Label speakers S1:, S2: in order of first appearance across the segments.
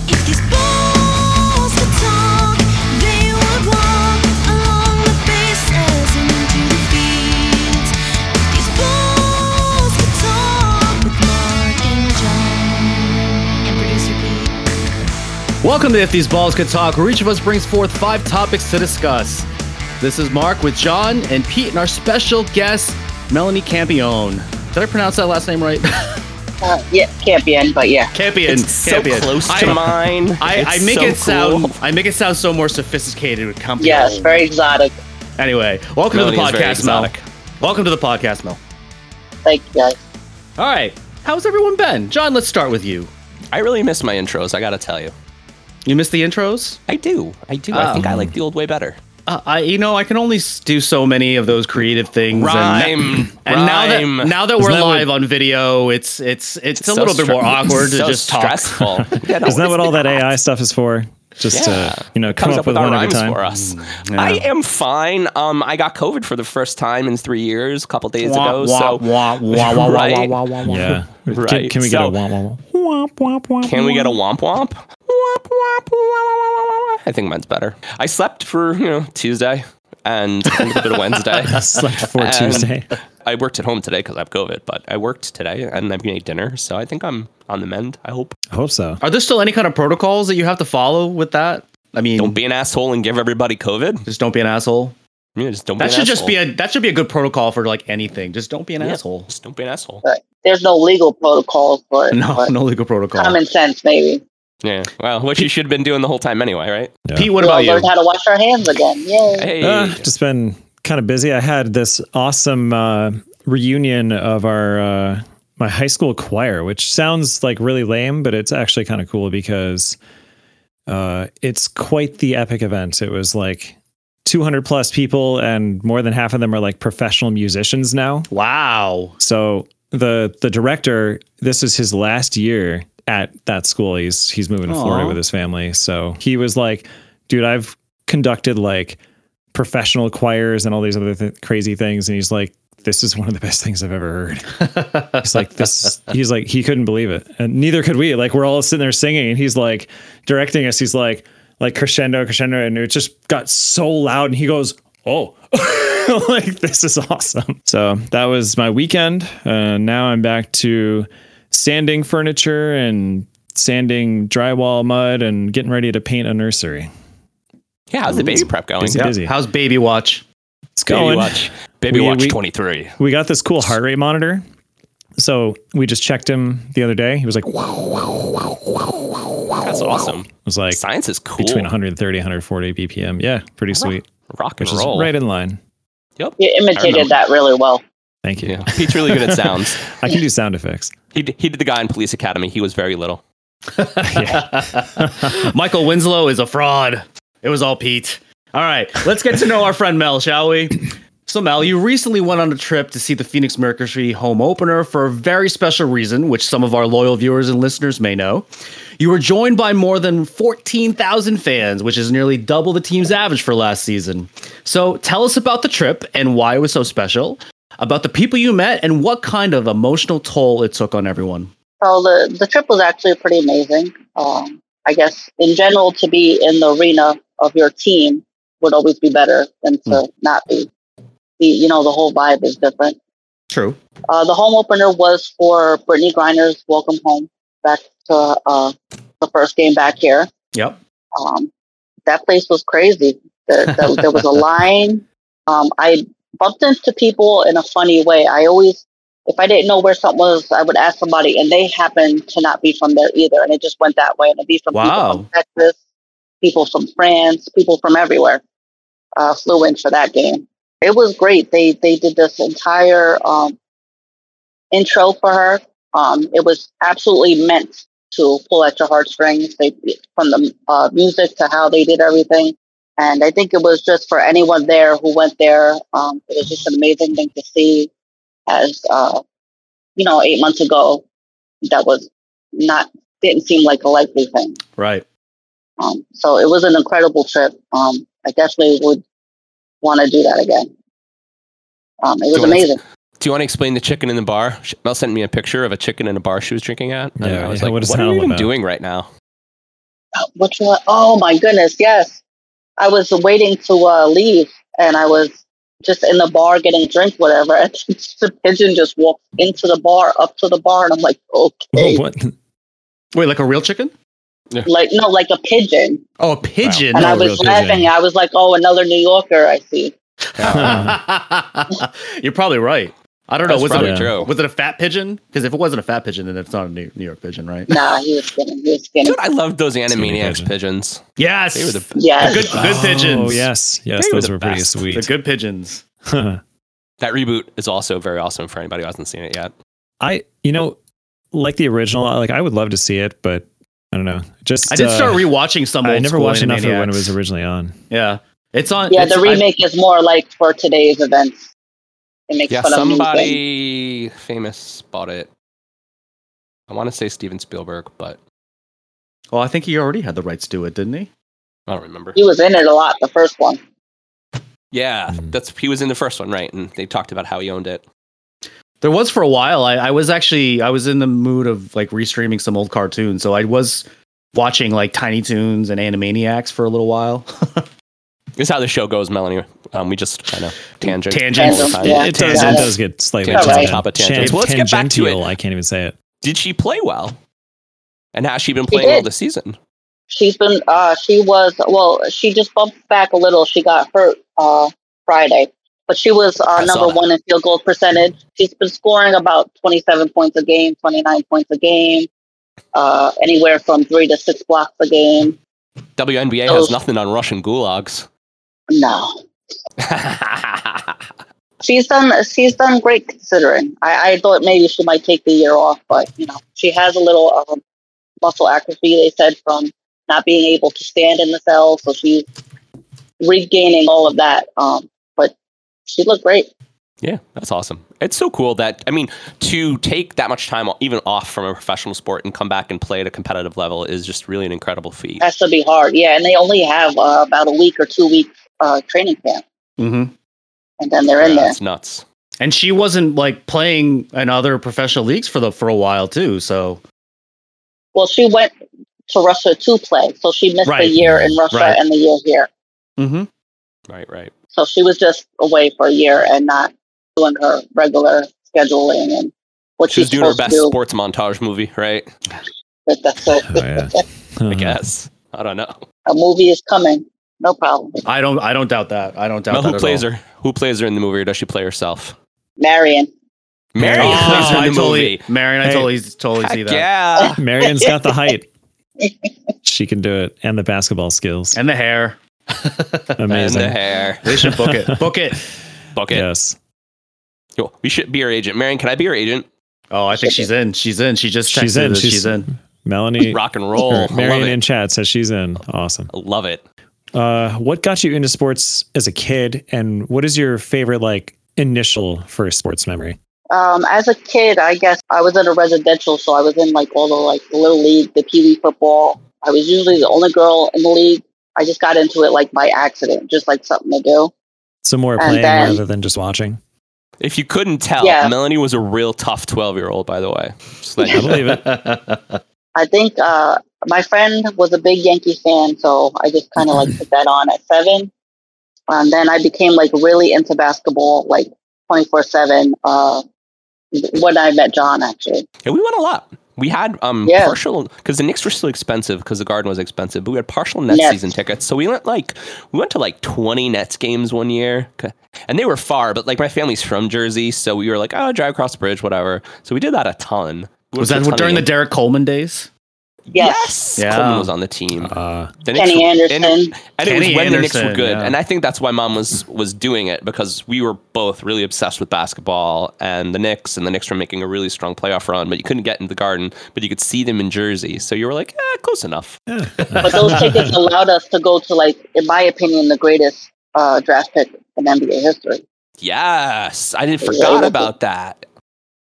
S1: If these balls could talk, they would walk along the bases and into the fields. If these balls could talk with Mark and John and producer Pete.
S2: Welcome to If These Balls Could Talk, where each of us brings forth five topics to discuss. This is Mark with John and Pete and our special guest, Melanie Campione. Did I pronounce that last name right?
S3: Uh, yeah, can't be in, but yeah.
S2: Campion.
S4: It's so
S2: Campion.
S4: close to
S2: I,
S4: mine.
S2: I, I
S4: It's
S2: make
S4: so
S2: it sound
S4: cool.
S2: I make it sound so more sophisticated with Campione.
S3: Yes, very exotic.
S2: Anyway, welcome
S4: Melanie is
S2: to the
S4: very
S2: podcast, Mel.
S4: exotic.
S2: Welcome to the podcast, Mel.
S3: Thank you guys.
S2: All right. How's everyone been? John, let's start with you.
S4: I really miss my intros. I gotta tell you,
S2: You missed the intros?
S4: I do. I do. I think I
S2: Um,
S4: like the old way better.
S2: Uh, I, you know, I can only s- do so many of those creative things.
S4: Rhyme.
S2: And, and now that
S4: Rhyme.
S2: now that we're
S5: Isn't that what-
S2: live on video, it's it's it's, a
S4: So
S2: little bit
S4: stra-
S2: more awkward to
S4: so
S2: just talk.
S4: stressful. Yeah, no,
S5: Isn't that
S4: it's-
S5: what all that AI stuff is for? Just
S4: Yeah.
S5: to you know come
S4: comes
S5: up, with
S4: our
S5: one every
S4: rhymes
S5: time. Mm,
S4: for us? I am fine. Um, I got COVID for the first time in three years, a couple days ago. so Right?
S5: Yeah. Can,
S4: Right.
S5: can we get
S4: So-
S5: a womp womp womp womp womp?
S4: Can we get a womp womp? Womp womp. wah, wah, wah, wah, wah. I think mine's better. I slept for you know Tuesday and a little bit of Wednesday.
S5: slept for
S4: And
S5: Tuesday?
S4: I worked at home today because I have COVID, but I worked today and I've made dinner, so I think I'm on the mend. I hope.
S5: I hope so.
S2: Are there still any kind of protocols that you have to follow with that? I mean,
S4: Don't be an asshole and give everybody COVID.
S2: just don't be an asshole.
S4: Yeah, just don't.
S2: That
S4: be
S2: should
S4: an
S2: just be
S4: asshole.
S2: a that should be a good protocol for like anything. Just don't be an
S4: Yeah,
S2: asshole.
S4: Just don't be an asshole.
S3: But there's no legal protocol for it.
S2: No,
S3: but
S2: no legal protocol.
S3: Common sense, maybe.
S4: Yeah. Well, what you should have been doing the whole time anyway, right?
S2: Pete, what
S3: we all
S2: about you?
S3: learned how to wash our hands again. Yay.
S4: Hey.
S5: Uh, just been kind of busy. I had this awesome uh, reunion of our uh, my high school choir, which sounds like really lame, but it's actually kind of cool because uh, it's quite the epic event. It was like 200 plus people, and more than half of them are like professional musicians now.
S2: Wow.
S5: So the the director, this is his last year at that school. He's he's moving to Florida
S2: Aw.
S5: with his family. So he was like, dude, I've conducted like professional choirs and all these other th- crazy things and he's like this is one of the best things I've ever heard. He's like, this. is- He's like, he couldn't believe it, and neither could we. Like, we're all sitting there singing, and he's like, directing us. He's like, like crescendo, crescendo, and it just got so loud, and he goes, oh, like this is awesome. So that was my weekend. Uh, now I'm back to sanding furniture and sanding drywall mud and getting ready to paint a nursery.
S4: yeah. How's the baby prep going?
S5: Busy, busy.
S2: How's baby watch?
S5: It's
S4: Baby
S5: going.
S4: watch. Baby
S5: We-
S4: watch
S5: we-
S4: 23.
S5: We got this cool heart rate monitor. So we just checked him the other day. He was like, I
S4: That's awesome.
S5: was like,
S4: Science is cool.
S5: between 130 140 bpm yeah pretty sweet
S4: rock and
S5: which is
S4: roll.
S5: right in line
S4: Yep.
S3: You imitated
S4: remember.
S3: that really well.
S5: thank you
S4: Yeah. Pete's really good at sounds.
S5: i can do sound effects
S4: He d- he did the guy in Police Academy. He was very little.
S2: Michael Winslow is a fraud. It was all Pete. All right, let's get to know our friend Mel, shall we? So, Mel, you recently went on a trip to see the Phoenix Mercury home opener for a very special reason, which some of our loyal viewers and listeners may know. You were joined by more than 14,000 fans, which is nearly double the team's average for last season. So, tell us about the trip and why it was so special, about the people you met, and what kind of emotional toll it took on everyone.
S3: So the, the trip was actually pretty amazing. Um, I guess in general, to be in the arena of your team would always be better than to
S2: Hmm.
S3: not be. The, you know, the whole vibe is different.
S2: True.
S3: Uh, the home opener was for Brittany Griner's Welcome Home back to uh, the first game back here.
S2: Yep.
S3: Um, that place was crazy. There, there, there was a line. Um, I bumped into people in a funny way. I always, if I didn't know where something was, I would ask somebody, and they happened to not be from there either. And it just went that way. And it'd be from
S2: Wow.
S3: people from Texas, people from France, people from everywhere uh, flew in for that game. It was great. They they did this entire um, intro for her. Um, it was absolutely meant to pull at your heartstrings. They from the uh, music to how they did everything, and I think it was just for anyone there who went there. Um, it was just an amazing thing to see. As uh, you know, eight months ago, that was not didn't seem like a likely thing.
S2: Right.
S3: Um, so it was an incredible trip. Um, I definitely would want to do that again. Um, it was
S4: Do you wanna-
S3: amazing.
S4: Do you want to explain the chicken in the bar? Sh- Mel sent me a picture of a chicken in a bar she was drinking at. and
S5: Yeah,
S4: I was
S5: yeah,
S4: like,
S5: what
S4: what,
S5: is that
S4: are
S5: all
S4: you even
S5: about?"
S4: doing right now?
S3: which one? Oh my goodness, yes. I was waiting to uh, leave, and I was just in the bar getting a drink, whatever. And the pigeon just walked into the bar, up to the bar, and I'm like, okay,
S5: Whoa, Oh, what?
S2: Wait, like a real chicken?
S3: like no, like a pigeon.
S2: Oh, a pigeon.
S3: And I
S5: No, real
S3: was
S5: pigeon.
S3: laughing. I was like, oh, another New Yorker. I see.
S2: You're probably right. I don't know.
S4: That's
S2: Was
S4: probably
S2: it, a,
S4: true.
S2: was it a fat pigeon? Because if it wasn't a fat pigeon, then it's not a New, New York pigeon, right?
S3: Nah, he was skinny. He was skinny.
S4: Dude, I loved those
S5: Scooby
S4: Animaniacs
S5: Pigeon.
S4: pigeons.
S2: Yes.
S4: They were the
S3: Yes.
S2: good, good pigeons.
S5: Oh, yes, yes,
S4: They were
S5: those
S4: the
S5: were pretty
S4: best.
S5: sweet.
S2: The good pigeons.
S4: That reboot is also very awesome for anybody who hasn't seen it yet.
S5: I, you know, like the original, I- like I would love to see it, but I don't know. Just
S2: I did
S5: uh,
S2: start rewatching some.
S5: I
S2: old
S5: never
S2: school
S5: watched enough of it when it was
S2: Animaniacs.
S5: originally on.
S2: Yeah, it's on.
S3: Yeah,
S2: it's-
S3: the
S2: I-
S3: remake is more like for today's events. It makes
S4: Yeah,
S3: fun of new things.
S4: somebody famous bought it. I want to say Steven Spielberg, but
S2: Well, I think he already had the rights to it, didn't he?
S4: I don't remember.
S3: He was in it a lot, the first one.
S4: Yeah,
S5: Mm.
S4: that's he was in the first one, right? And they talked about how he owned it.
S2: There was for a while. I, I was actually I was in the mood of like restreaming some old cartoons, so I was watching like Tiny Toons and Animaniacs for a little while.
S4: This is how the show goes, Melanie. Um, we just kind of tangent.
S2: Tangents.
S4: all the time.
S3: Yeah.
S5: It
S3: It
S5: does,
S3: does-
S5: it does get slightly
S4: Tangents
S3: on
S5: tangential.
S4: top of tangents. Well, let's get back to it.
S5: Tangential, I can't even say it.
S4: Did she play well? And has she been playing
S3: did.
S4: well this season?
S3: She's been, uh, she was, well, she just bumped back a little. She got hurt uh, Friday, but she was uh,
S4: I saw
S3: number
S4: that.
S3: one in field goal percentage. She's been scoring about 27 points a game, 29 points a game, uh, anywhere from three to six blocks a game.
S4: WNBA
S3: Oh.
S4: has nothing on Russian gulags.
S3: No.
S4: yeah,
S3: She's done. She's done great considering. I, I thought maybe she might take the year off, but you know she has a little um, muscle atrophy. They said from not being able to stand in the cell, so she's regaining all of that. Um, but she looked great.
S4: that's awesome. It's so cool that I mean to take that much time even off from a professional sport and come back and play at a competitive level is just really an incredible feat.
S3: Has to be hard, yeah. And they only have uh, about a week or two week uh, training camp,
S2: hmm
S3: and then they're in
S4: Yeah,
S3: there.
S4: it's nuts.
S2: And she wasn't like playing in other professional leagues for the for a while too. So
S3: Well, she went to Russia to play, so she missed a
S2: Right.
S3: year in Russia
S2: Right.
S3: and the year here.
S5: Mm-hmm.
S2: hmm
S4: Right, right.
S3: So she was just away for a year and not doing her regular scheduling and what
S4: She
S3: she's
S4: was doing her
S3: supposed
S4: best
S3: to do.
S4: sports montage movie, right?
S3: But that's it.
S5: Oh, yeah.
S4: I
S2: Mm-hmm.
S4: guess. I don't know.
S3: A movie is coming. No problem.
S2: I don't I don't doubt that. I don't doubt
S4: Mel,
S2: that
S4: who
S2: at
S4: plays
S2: all.
S4: her? Who plays her in the movie, or does she play herself?
S3: Marion.
S4: Marion
S2: Oh,
S4: plays her in
S2: I
S4: the
S2: totally,
S4: movie.
S2: Marion, I
S5: Hey.
S2: totally totally see
S4: Heck
S2: that.
S4: yeah.
S5: Marion's got the height. She can do it, and the basketball skills.
S2: And the hair.
S5: Amazing.
S4: And the hair.
S2: They should book it. Book it.
S4: Book it.
S5: Yes,
S4: Yo, we should be her agent. Marion, can I be her agent?
S2: Oh, I think she's in. She's in. She just texted
S5: she's in.
S2: us.
S5: She's,
S2: She's in.
S5: Melanie.
S4: Rock and roll. Oh, I love
S5: Marion
S4: it.
S5: in chat says she's in. Awesome.
S4: I love it.
S5: Uh, what got you into sports as a kid, and what is your favorite like initial first sports memory?
S3: Um, as a kid, I guess I was in a residential, so I was in like all the like little league, the pee wee football. I was usually the only girl in the league. I just got into it like by accident, just like something to do.
S5: So more
S3: And
S5: playing
S3: then-
S5: rather than just watching.
S4: If you couldn't tell,
S3: Yeah.
S4: Melanie was a real tough 12 year old, by the way. Just letting
S5: I
S4: you know.
S5: believe it.
S3: I think uh, my friend was a big Yankee fan, so I just kind of like put that on at seven. And then I became like really into basketball, like 24 7, uh, when I met John, actually.
S4: And we won a lot. We had um
S3: Yeah.
S4: partial because the Knicks were still expensive because the Garden was expensive, but we had partial Nets
S3: Nets.
S4: season tickets. So we went like we went to like twenty Nets games one year, C- and they were far. But like my family's from Jersey, so we were like, oh, drive across the bridge, whatever. So we did that a ton. We
S2: Was
S4: went
S2: that
S4: to a ton of
S2: during the
S4: games.
S2: Derek Coleman days?
S4: yes?
S2: Yeah.
S4: Coleman was on the team.
S5: Uh,
S4: The Knicks
S3: Kenny
S4: were-
S3: Anderson.
S4: And, and it was
S2: Kenny
S4: when the Knicks were
S2: Anderson,
S4: good,
S2: yeah.
S4: and I think that's why mom was was doing it because we were both really obsessed with basketball and the Knicks, and the Knicks were making a really strong playoff run, but you couldn't get in the Garden, but you could see them in Jersey, so you were like, eh, close enough.
S3: but those tickets allowed us to go to, like, in my opinion, the greatest uh, draft pick in NBA history.
S4: Yes, I didn't forgot about that.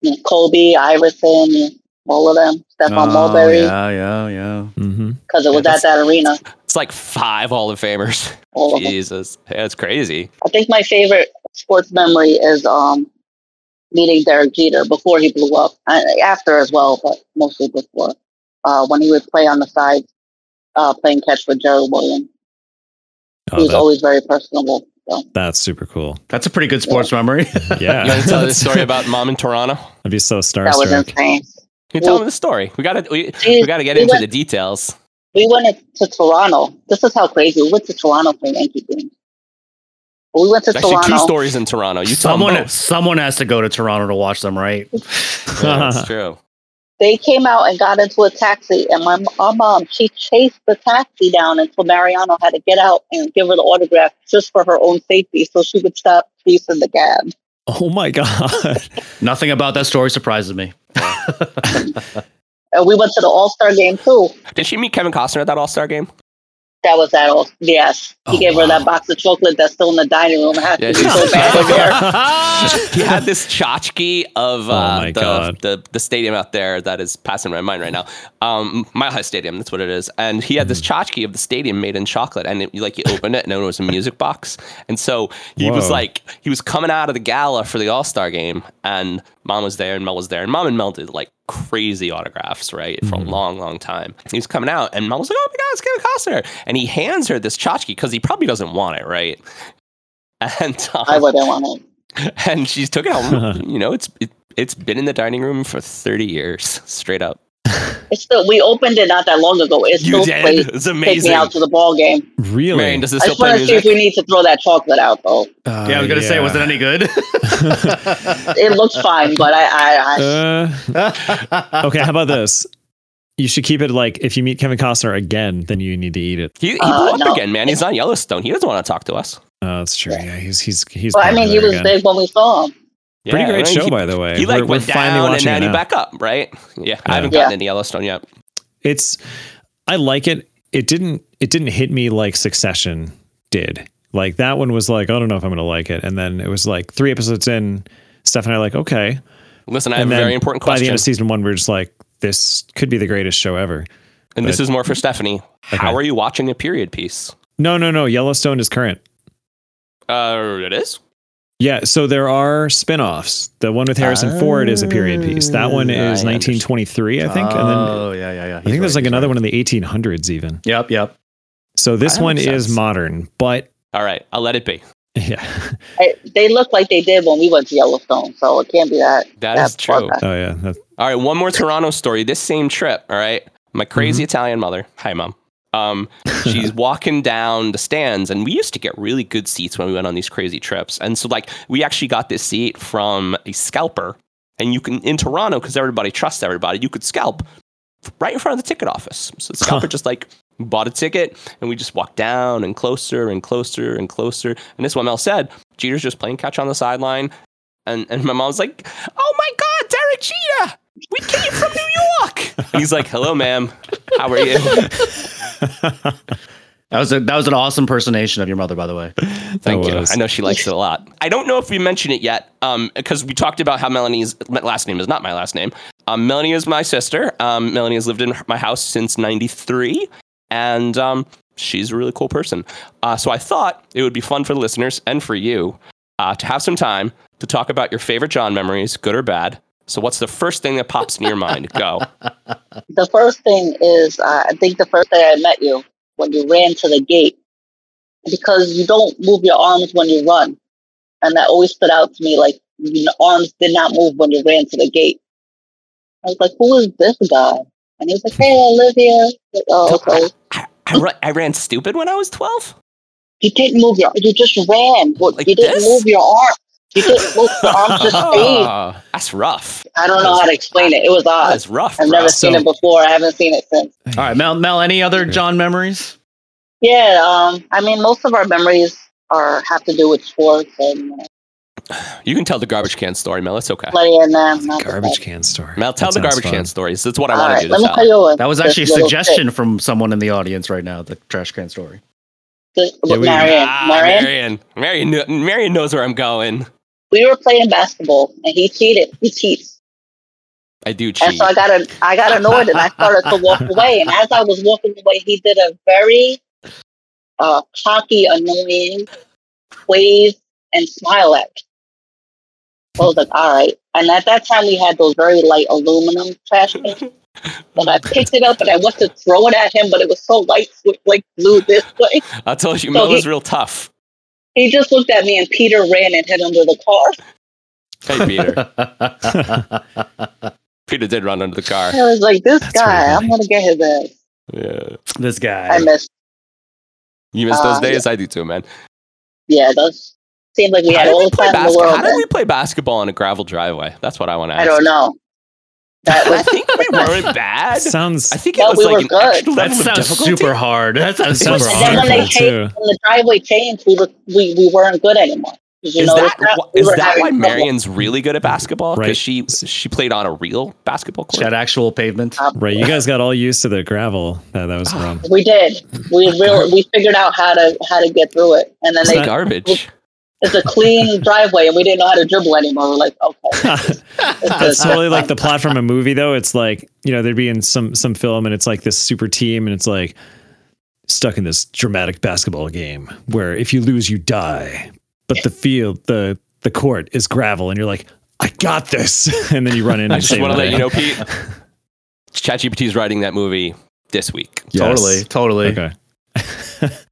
S3: You know, Kobe, Iverson, all of them, Stephon Mulberry,
S2: Oh, yeah, yeah, yeah.
S5: mhm.
S3: because it was
S4: Oh, Yeah,
S3: at that arena.
S4: It's like five Hall of Famers.
S3: All of them.
S4: Jesus, that's crazy.
S3: I think my favorite sports memory is um, meeting Derek Jeter before he blew uh, up, and after as well, but mostly before, uh, when he would play on the side uh, playing catch with Jerry Williams.
S5: Oh,
S3: He was
S5: that-
S3: always very personable. So
S5: that's super cool.
S2: That's a pretty good sports memory.
S5: Yeah.
S4: You want to tell this
S5: That's-
S4: story about mom in Toronto?
S5: I'd be so
S3: that was
S5: starstruck.
S3: insane.
S4: You tell me the story. We gotta we,
S3: Dude,
S4: we gotta get
S3: we
S4: into
S3: went-
S4: the details.
S3: we went to Toronto. This is how crazy. We went to Toronto for Yankee game. We went to
S4: Actually,
S3: Toronto.
S4: two stories in Toronto. You tell them
S2: someone
S4: both.
S2: someone has to go to Toronto to watch them, right?
S4: Yeah, that's true.
S3: They came out and got into a taxi, and my our mom she chased the taxi down until Mariano had to get out and give her the autograph just for her own safety, so she would stop chasing the cab.
S5: Oh my god.
S2: Nothing about that story surprises me.
S3: And we went to the All Star game too.
S4: Did she meet Kevin Costner at that All Star game?
S3: That was that all. Yes, he
S5: Oh,
S3: gave her
S5: wow.
S3: that box of chocolate that's still in the dining room. I had
S4: Yeah,
S3: to be
S4: she's-
S3: so bad there.
S4: he had this tchotchke of uh,
S5: Oh my
S4: the,
S5: God.
S4: the the stadium out there that is passing my mind right now. Um, Mile High Stadium, that's what it is. And he had this
S5: Mm-hmm.
S4: tchotchke of the stadium made in chocolate, and it, like you opened it, and it was a music box. And so he was
S5: Whoa.
S4: like, he was coming out of the gala for the All Star game, and Mom was there, and Mel was there, and Mom and Mel did like crazy autographs, right, for
S5: Mm-hmm.
S4: a long, long time. He was coming out, and Mom was like, "Oh my God, it's Kevin Costner!" And he hands her this tchotchke because he probably doesn't want it, right? And um,
S3: I wouldn't want to.
S4: and she's took it home. you know, it's it, it's been in the dining room for thirty years straight up.
S3: It's still. We opened it not that long ago. It's
S4: You
S3: still played.
S4: did. It's
S3: Take me
S4: amazing.
S3: out to the ball game.
S5: Really?
S4: Marion, does it
S3: I
S4: still
S3: just want
S4: play
S3: to see if we
S4: music?
S3: need to throw that chocolate out, though.
S5: Uh,
S2: yeah, I was gonna say, was it any good?
S3: It looks fine, but I, I, I
S5: Uh, okay, how about this? You should keep it like if you meet Kevin Costner again, then you need to eat it.
S4: He, he blew
S3: Uh,
S4: up
S3: no.
S4: again, man. He's on Yellowstone. He doesn't want to talk to us.
S5: Oh, that's true. Yeah, he's he's he's.
S3: well, I mean, he
S5: popular
S3: was
S5: again.
S3: big when we saw him.
S5: Pretty
S4: Yeah,
S5: great
S4: right?
S5: show,
S4: He-
S5: by the way.
S4: He like
S5: We're- we're
S4: went
S5: finally
S4: down and
S5: watching it
S4: now he
S5: now.
S4: back up, right? Yeah, I haven't
S3: Yeah.
S4: gotten into Yellowstone yet.
S5: It's, I like it. It didn't it didn't hit me like Succession did. Like that one was like, I don't know if I'm gonna like it, and then it was like three episodes in, Steph and I are like, okay.
S4: Listen, I have
S5: and
S4: a
S5: then
S4: very important
S5: By the
S4: question,
S5: end of season one, we're just like, this could be the greatest show ever.
S4: and this is more for Stephanie. How
S5: Okay.
S4: are you watching a period piece?
S5: No, no, no. Yellowstone is current.
S4: Uh, it is.
S5: Yeah, so there are spin-offs. The one with Harrison Ford is a period piece. That one
S4: Ah, I
S5: is
S4: understand.
S5: 1923, I think, and then
S2: oh yeah, yeah, yeah.
S5: I think there's like another one in the 1800s even.
S2: Yep, yep.
S5: So this
S4: that
S5: one
S4: makes
S5: is
S4: sense.
S5: modern, but
S4: All right, I'll let it be.
S5: yeah.
S3: I, they look like they did when we went to Yellowstone, so it can't be that.
S4: that is
S3: That's
S4: true.
S3: perfect.
S5: Oh yeah. That,
S4: All right, one more Toronto story. This same trip, all right. My crazy Italian mother. Hi, mom. Um, she's walking down the stands, and we used to get really good seats when we went on these crazy trips. And so, like, we actually got this seat from a scalper, and you can in Toronto because everybody trusts everybody. You could scalp right in front of the ticket office. So the scalper just like bought a ticket, and we just walked down and closer and closer and closer. And this is what Mel said: Jeter's just playing catch on the sideline, and and my mom's like, "Oh my God, Derek Jeter! We came from New York." And he's like, "Hello, ma'am. How are you?"
S2: That was a, that was an awesome impersonation of your mother, by the way.
S4: Thank
S5: That
S4: you.
S5: was-
S4: I know she likes it a lot. I don't know if we mentioned it yet, um, because we talked about how Melanie's my last name is not my last name. Um, Melanie is my sister. Um, Melanie has lived in my house since '93, and um, she's a really cool person. Uh, so I thought it would be fun for the listeners and for you uh, to have some time to talk about your favorite John memories, good or bad. So, what's the first thing that pops in your mind? Go.
S3: The first thing is, uh, I think the first day I met you when you ran to the gate, because you don't move your arms when you run, and that always stood out to me. Like your arms did not move when you ran to the gate. I was like, "Who is this guy?" And he was like, "Hey, I live here." Like, oh, okay.
S4: I, I, ru- I ran stupid when I was 12.
S3: You didn't move your. You just ran. Well,
S4: Like
S3: you didn't
S4: this?
S3: move your arm. You didn't move your arm just stayed.
S4: Oh, that's rough.
S3: I don't know how to explain it. It was odd.
S4: That's rough.
S3: Uh, I've
S4: bro.
S3: never seen
S5: so-
S3: it before. I haven't seen it since.
S2: All right, Mel. Mel, any other John memories?
S3: Yeah. Um. I mean, most of our memories are have to do with sports and uh,
S4: You can tell the garbage can story, Mel. It's okay.
S3: money and um,
S5: garbage can store.
S4: Mel, tell
S5: That
S4: the
S5: sounds
S4: garbage
S5: fun.
S4: can stories. That's what I
S3: All
S4: want
S3: right.
S4: to do.
S3: Let
S4: This
S3: me
S4: hour.
S3: tell you one.
S2: That was
S3: This
S2: actually a
S3: little
S2: suggestion from someone in the audience right now. The trash can story.
S3: chick, this-
S5: Yeah, we-
S3: Marianne.
S4: Ah,
S3: Marianne,
S4: Marion. Marion, knew- Marion knows where I'm going.
S3: We were playing basketball and he cheated. He cheats.
S4: I do
S3: And
S4: cheat.
S3: so I got a, I got annoyed and I started to walk away. And as I was walking away, he did a very uh, cocky, annoying wave and smile at me. I was like, all right. And at that time, we had those very light aluminum trash cans. And I picked it up and I went to throw it at him, but it was so light, so it, like blew this way.
S4: I told you,
S3: So
S4: Mel
S3: he-
S4: is real tough.
S3: He just looked at me and Peter ran and hid under the car.
S4: Hey, Peter. Peter did run under the car.
S3: I was like, this
S5: That's really
S3: guy, I'm
S5: funny.
S3: going to get his ass.
S4: Yeah.
S2: this
S3: I
S2: guy.
S3: missed.
S4: You miss those
S3: Uh,
S4: days? I do too, man.
S3: Yeah, those seemed like we
S4: How
S3: had
S4: did
S3: all
S4: we
S3: the
S4: play
S3: time in the
S4: basketball?
S3: world.
S4: How did
S3: then.
S4: we play basketball on a gravel driveway? That's what I want to ask.
S3: I don't know. That
S4: I
S3: was
S4: think we weren't bad.
S5: sounds
S4: I think it
S3: No,
S4: was
S3: we
S4: like
S3: were
S4: an
S3: good.
S4: extra
S2: That
S4: level of
S2: sounds
S4: difficulty.
S2: super hard. That sounds
S5: sounds
S2: super
S3: And then when
S2: hard.
S3: they changed,
S5: Wonderful, too.
S3: when the driveway changed, we were we, we weren't good anymore. 'Cause, You
S4: Is
S3: know,
S4: that
S3: that's not-
S4: wh-
S3: we
S4: is
S3: were
S4: that
S3: having
S4: why
S3: trouble.
S4: Marion's really good at basketball? Because
S5: Right.
S4: she she played on a real basketball court.
S2: That actual pavement.
S5: right. You guys got all used to the gravel that that
S4: Ah.
S5: was from.
S3: We did. We real we figured out how to how to get through it, and then
S4: It's
S3: they
S4: garbage.
S3: it's a clean driveway, and we didn't know how to dribble anymore. We're like, okay, it's
S5: That's
S3: just-
S5: totally like the plot from a movie, though. It's like you know they'd be in some some film, and it's like this super team, and it's like stuck in this dramatic basketball game where if you lose, you die. But the field, the the court is gravel, and you're like, I got this, and then you run in.
S4: I
S5: and
S4: just
S5: save
S4: want to let
S5: the day.
S4: you know, Pete. ChatGPT is writing that movie this week.
S5: Yes.
S2: Totally, totally.
S5: Okay.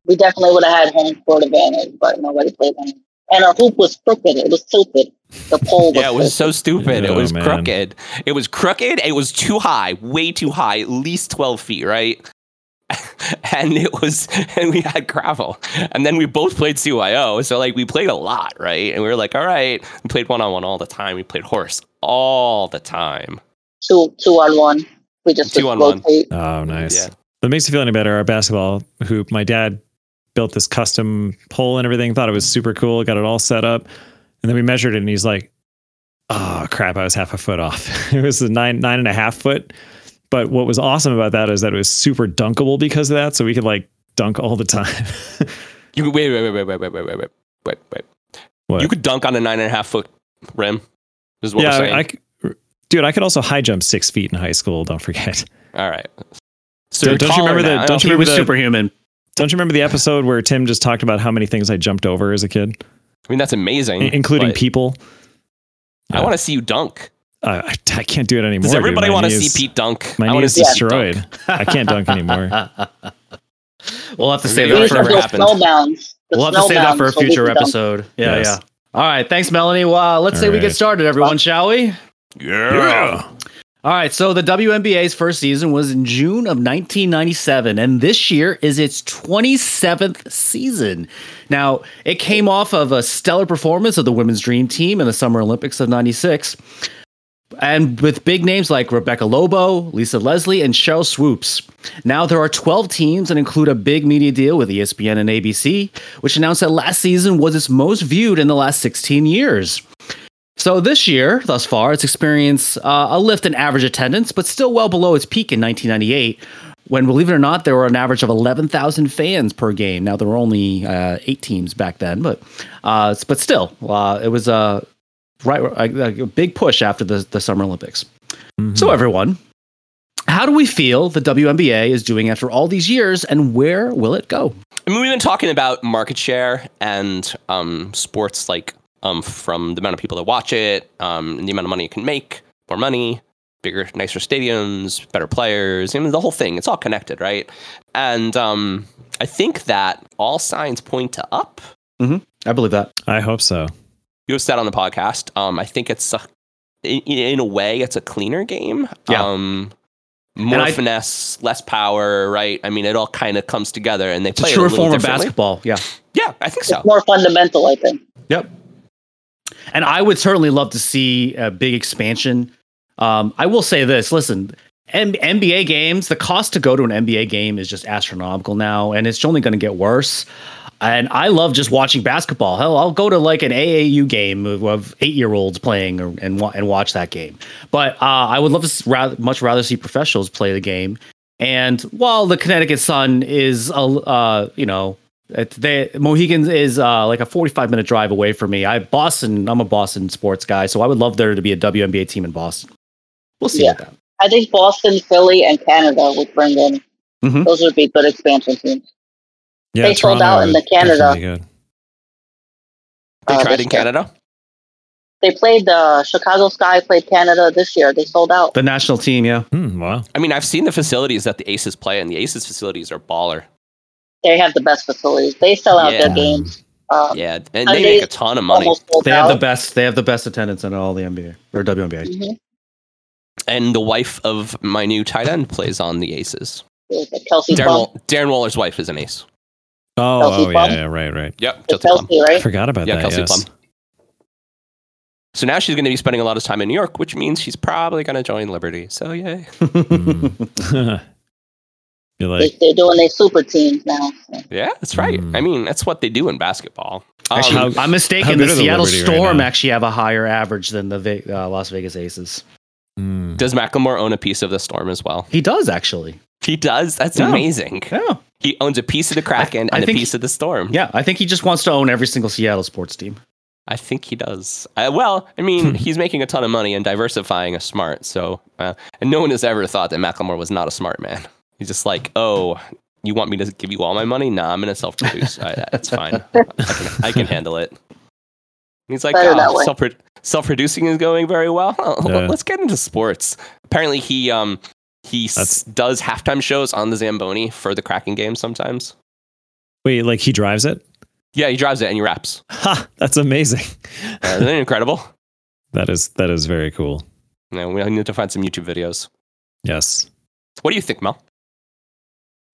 S3: we definitely would have had home court advantage, but nobody played on it. And our hoop was crooked. It was tilted. The pole was.
S4: Yeah, it was so stupid. it
S5: Oh,
S4: was
S5: man.
S4: crooked. It was crooked. It was too high, way too high, at least 12 feet, right? and it was, and we had gravel. And then we both played CYO. So, like, we played a lot, right? And we were like, all right, we played one on one all the time. We played horse all the time.
S3: two two on one. We just
S4: Two
S3: would
S4: on one.
S3: rotate.
S5: Oh, nice.
S4: Yeah.
S5: That makes me feel any better. Our basketball hoop, my dad built this custom pole and everything, thought it was super cool, got it all set up. And then we measured it and he's like, oh crap, I was half a foot off. it was a nine, nine and a half foot. But what was awesome about that is that it was super dunkable because of that. So we could like dunk all the time.
S4: You wait, wait, wait, wait, wait, wait, wait, wait, wait, wait.
S5: What?
S4: You could dunk on a nine and a half foot rim. Is what we're
S5: yeah.
S4: saying.
S5: I, c- dude, I could also high jump six feet in high school. Don't forget.
S4: all right. So
S5: Don't-
S4: you're
S5: don't you
S4: taller
S5: remember the-
S4: now.
S5: don't you
S2: He was
S5: Remember the-
S2: superhuman.
S5: Don't you remember the episode where Tim just talked about how many things I jumped over as a kid,
S4: I mean, that's amazing.
S5: in- including
S4: but
S5: people?
S4: I want to see you dunk.
S5: uh, I, I can't do it anymore.
S4: Does
S5: dude.
S4: everybody
S5: My
S4: want to
S5: knees-
S4: see Pete dunk?
S5: My
S4: I
S5: knee
S4: want to
S5: is
S4: see Pete dunk.
S5: destroyed. I can't dunk anymore.
S2: We'll have to save
S4: Maybe
S3: We
S2: that
S3: used
S4: that's
S2: for
S3: to
S4: never
S3: build
S4: happened.
S3: snowbounds. The
S2: We'll have to save that
S3: snowbounds
S2: for a
S3: so we
S2: future
S3: could dunk.
S2: episode. Yeah,
S5: Yes.
S2: yeah. All right. Thanks, Melanie. Well, uh, let's
S5: All
S2: say we get
S5: right.
S2: started, everyone, shall we?
S4: Yeah.
S2: All right, so the WNBA's first season was in June of 1997, and this year is its 27th season. Now, it came off of a stellar performance of the women's dream team in the Summer Olympics of 96, and with big names like Rebecca Lobo, Lisa Leslie, and Cheryl Swoops. Now, there are 12 teams and include a big media deal with E ESPN and ABC, which announced that last season was its most viewed in the last 16 years. So this year, thus far, it's experienced uh, a lift in average attendance, but still well below its peak in 1998, when, believe it or not, there were an average of 11,000 fans per game. Now there were only uh, eight teams back then, but uh, s- but still, uh, it was a right a, a big push after the the Summer Olympics.
S5: Mm-hmm.
S2: So everyone, how do we feel the WNBA is doing after all these years, and where will it go?
S4: I mean, we've been talking about market share and um, sports, like um, from the amount of people that watch it, um, and the amount of money it can make, more money, bigger, nicer stadiums, better players. I mean, the whole thing. It's all connected, right? And um, I think that all signs point to up.
S2: I believe that.
S5: I hope so.
S4: you have said on the podcast. Um, I think it's a, in, in a way it's a cleaner game.
S2: Yeah.
S4: Um, more
S2: I-
S4: finesse, less power, right? I mean, it all kind of comes together, and they
S2: It's a
S4: play it
S2: truer
S4: a little
S2: form of
S4: differently.
S2: basketball. Yeah.
S4: Yeah, I think so.
S3: It's more fundamental, I think.
S2: Yep. And I would certainly love to see a big expansion. Um, I will say this: listen, M- NBA games, the cost to go to an NBA game is just astronomical now, and it's only going to get worse. And I love just watching basketball. Hell, I'll go to like an AAU game of, of eight-year-olds playing or, and wa- and watch that game. But uh, I would love to s- rather, much rather see professionals play the game. And while the Connecticut Sun is, a l- uh, you know, it, they, Mohegan is uh, like a 45 minute drive away from me. I Boston. I'm a Boston sports guy, so I would love there to be a WNBA team in Boston. We'll see
S3: Yeah.
S2: about that.
S3: I think Boston, Philly, and Canada would bring in.
S4: Mm-hmm.
S2: Mhm.
S3: Those would be good expansion teams.
S5: Yeah,
S3: They sold out in
S5: would
S3: the Canada.
S5: definitely be good.
S4: They
S3: Uh,
S4: tried
S3: this
S4: in
S3: year.
S4: Canada.
S3: They played the Chicago Sky played Canada this year. They sold out.
S2: The national team, yeah.
S5: Hmm, wow.
S4: I mean, I've seen the facilities that the Aces play, and the Aces facilities are baller.
S3: They have the best facilities. They sell out
S4: Yeah.
S3: their games. Um,
S4: Yeah, and they make a ton of money.
S3: Almost sold
S2: They
S3: out.
S2: have the best. They have the best attendance in all the NBA or WNBA.
S3: Mhm.
S4: And the wife of my new tight end plays on the Aces.
S3: Yeah, the Kelsey
S4: Darren,
S3: Plum.
S4: Wall- Darren Waller's wife is an ace.
S5: Oh,
S3: Kelsey
S5: oh
S3: Plum?
S5: yeah, yeah, right, right.
S4: Yep,
S3: It's
S4: Kelsey Plum.
S3: Kelsey,
S5: I
S3: right?
S5: forgot about
S4: Yeah,
S5: that.
S4: Kelsey
S5: yes.
S4: Plum. So now she's going to be spending a lot of time in New York, which means she's probably going to join Liberty. So yay.
S5: Mm. You're like,
S3: they, are doing their super teams now. So.
S4: Yeah, that's right.
S5: Mm.
S4: I mean, that's what they do in basketball. Um,
S2: Actually,
S5: how-
S2: I'm
S5: how
S2: mistaken.
S5: good
S2: The
S5: are the
S2: Seattle
S5: Liberty right
S2: Storm
S5: now?
S2: actually have a higher average than the Ve- uh, Las Vegas Aces.
S5: mm.
S4: does Macklemore own a piece of the Storm as well?
S2: He does actually.
S4: He does. That's
S2: Yeah.
S4: amazing.
S2: Yeah,
S4: He owns a piece of the Kraken
S2: I
S4: and a
S2: think-
S4: piece of the Storm.
S2: yeah. I think he just wants to own every single Seattle sports team.
S4: I think he does. Uh, well, I mean, he's making a ton of money and diversifying is smart. So, uh, and no one has ever thought that Macklemore was not a smart man. He's just like, oh, you want me to give you all my money? Nah, I'm gonna self-produce. All right, that's fine. I can, I can handle it. He's like,
S3: Better that
S4: oh,
S3: way."
S4: self self-producing is going very well. Oh,
S5: Yeah.
S4: Let's get into sports. Apparently, he um he
S5: That's-
S4: s- does halftime shows on the Zamboni for the Kraken game sometimes.
S5: Wait, like he drives it?
S4: Yeah, he drives it and he raps.
S5: Ha! That's amazing.
S4: Uh, isn't it incredible?
S5: That is that is very cool.
S4: No, we need to find some YouTube videos.
S5: Yes.
S4: What do you think, Mel?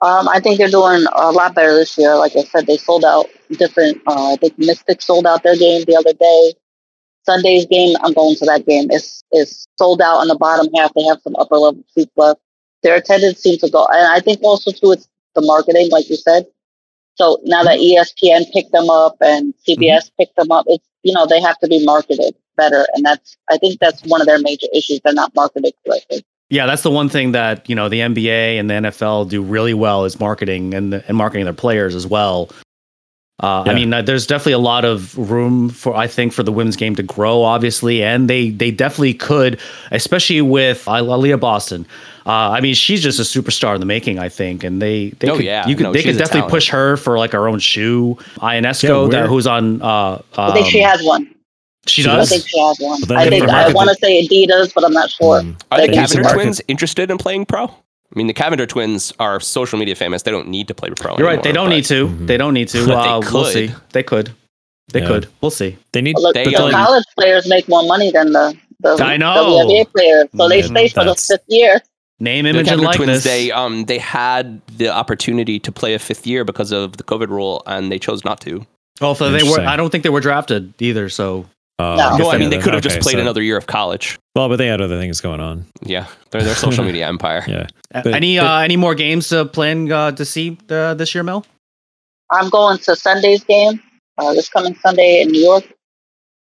S3: Um, I think they're doing a lot better this year. Like I said, they sold out different. Uh, I think Mystics sold out their game the other day. Sunday's game, I'm going to that game. It's it's sold out on the bottom half. They have some upper level seats left. Their attendance seems to go, and I think also too, it's the marketing, like you said. So now that E ESPN picked them up and CBS picked them up, it's you know they have to be marketed better, and that's I think that's one of their major issues. They're not marketed correctly.
S2: Yeah, that's the one thing that you know the NBA and the NFL do really well is marketing and and marketing their players as well. Uh, I
S5: Yeah.
S2: mean, uh, there's definitely a lot of room for I think for the women's game to grow, obviously, and they they definitely could, especially with Aaliyah Boston. Uh, I mean, she's just a superstar in the making, I think, and they they
S4: Oh,
S2: could,
S4: yeah.
S2: you could
S4: No,
S2: they
S4: she's
S2: could
S4: a
S2: definitely
S4: talent.
S2: push her for like her own shoe.
S5: Yeah,
S2: Ionesco,
S5: where-
S2: that who's on uh,
S3: I think she
S2: um,
S3: has one.
S2: she
S5: She
S3: I
S2: does.
S5: does?
S3: think she has one.
S5: Well,
S3: I
S5: then
S3: think
S5: good for
S3: I
S5: marketing.
S3: want to say Adidas, but I'm not sure.
S5: Mm.
S4: Are the
S3: They need to
S4: Cavender
S5: market.
S4: twins interested in playing pro? I mean, the Cavender twins are social media famous. They don't need to play pro.
S2: You're right. They don't need to.
S5: Mhm.
S2: They don't need to.
S4: But they
S2: Uh, We'll
S4: could.
S2: see. They could. They
S5: Yeah.
S2: could. We'll see.
S5: They need
S3: Look,
S4: They,
S3: the
S4: um,
S3: college players make more money than the, the
S2: I know.
S3: WNBA players, so they
S4: Mm,
S5: Yeah,
S3: stay for the
S5: that's-
S3: fifth year.
S2: Name,
S4: The
S2: image, and
S4: Cavender twins.
S2: likeness.
S4: They um they had the opportunity to play a fifth year because of the COVID rule, and they chose not to.
S2: well, Oh, so they were.
S5: Interesting.
S2: I don't think they were drafted either. So
S3: No.
S5: Oh, guess
S4: No, I mean
S5: had
S4: they
S5: other-
S4: could have just
S5: okay,
S4: played
S5: so-
S4: another year of college.
S5: Well, but they had other things going on.
S4: Yeah, they're their social media empire.
S5: Yeah.
S2: A-
S5: But-
S2: any
S5: but-
S2: uh, any more games to plan uh, to see uh, this year, Mel?
S3: I'm going to Sunday's game uh, this coming Sunday in New York.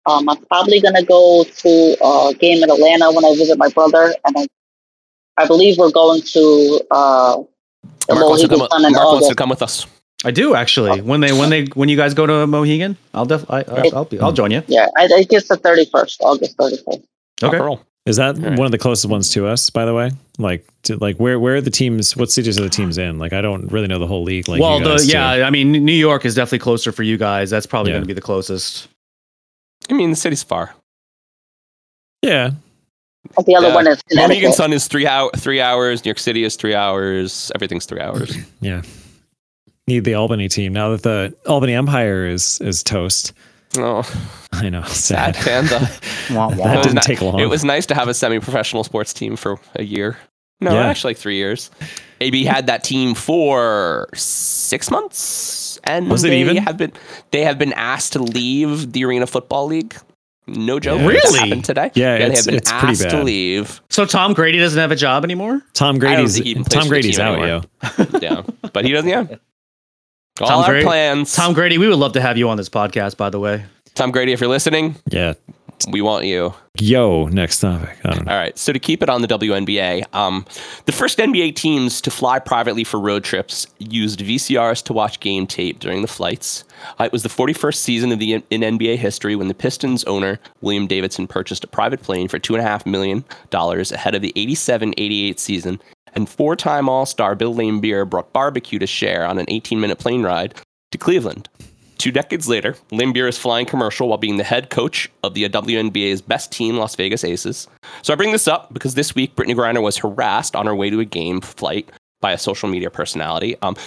S3: Um, I'm probably going to go to a game in Atlanta when I visit my brother, and I, I believe we're going to uh, the
S4: Mark, wants to,
S3: Mohegan
S4: come, with-
S3: Sun in
S4: Mark wants to
S3: August.
S4: come with us.
S2: I do actually. When they when they when you guys go to Mohegan, I'll def I, I, I'll be I'll join you.
S3: Yeah, I, I think it's the 31st, August 31st.
S2: Okay.
S4: Rock and roll.
S5: Is that
S4: Alright.
S5: one of the closest ones to us, by the way? Like, to, like where where are the teams? What cities are the teams in? Like, I don't really know the whole league. Like,
S2: well,
S5: you
S2: the
S5: guys do.
S2: yeah, I mean, New York is definitely closer for you guys. That's probably
S5: Yeah.
S2: going to be the closest.
S4: I mean, the city's far.
S5: yeah,
S3: The other
S4: Uh,
S3: one is
S4: Mohegan
S3: Connecticut.
S4: Sun is three hour, three hours. New York City is three hours. Everything's three hours.
S5: yeah. Need the Albany team now that the Albany Empire is is toast.
S4: Oh,
S5: I know,
S4: sad
S5: sad.
S4: panda.
S2: Wah, wah.
S5: That
S4: was
S5: didn't
S4: not-
S5: take long.
S4: It was nice to have a semi-professional sports team for a year. No,
S5: Yeah.
S4: actually, like three years. AB had that team for six months, and
S5: Was it
S4: they
S5: even?
S4: have been they have been asked to leave the Arena Football League. No joke.
S5: Yeah.
S4: This
S2: Really?
S4: happened today.
S5: Yeah,
S4: they
S5: it's-
S4: have been
S5: it's pretty
S4: asked to
S5: bad.
S4: leave.
S2: So Tom Grady doesn't have a job anymore.
S4: don't
S5: Tom Grady's
S4: think he even plays
S5: Tom
S4: for the
S5: Grady's
S4: team
S5: out,
S4: anymore.
S5: yo.
S4: Yeah, but he doesn't. Yeah. All
S2: Tom
S4: our
S2: Grady-
S4: plans.
S2: Tom Grady, we would love to have you on this podcast. By the way,
S4: Tom Grady, if you're listening,
S5: Yeah.
S4: we want you.
S5: Yo, next topic. I don't know.
S4: All right. So to keep it on the WNBA, um, the first NBA teams to fly privately for road trips used VCRs to watch game tape during the flights. Uh, it was the 41st season of the in NBA history when the Pistons owner William Davidson purchased a private plane for two and a half million dollars ahead of the 87-88 season, and four-time All-Star Bill Laimbeer brought barbecue to share on an 18-minute plane ride to Cleveland. Two decades later, Limbier is flying commercial while being the head coach of the WNBA's best team, Las Vegas Aces. So I bring this up because this week Brittany Griner was harassed on her way to a game flight by a social media personality. Um,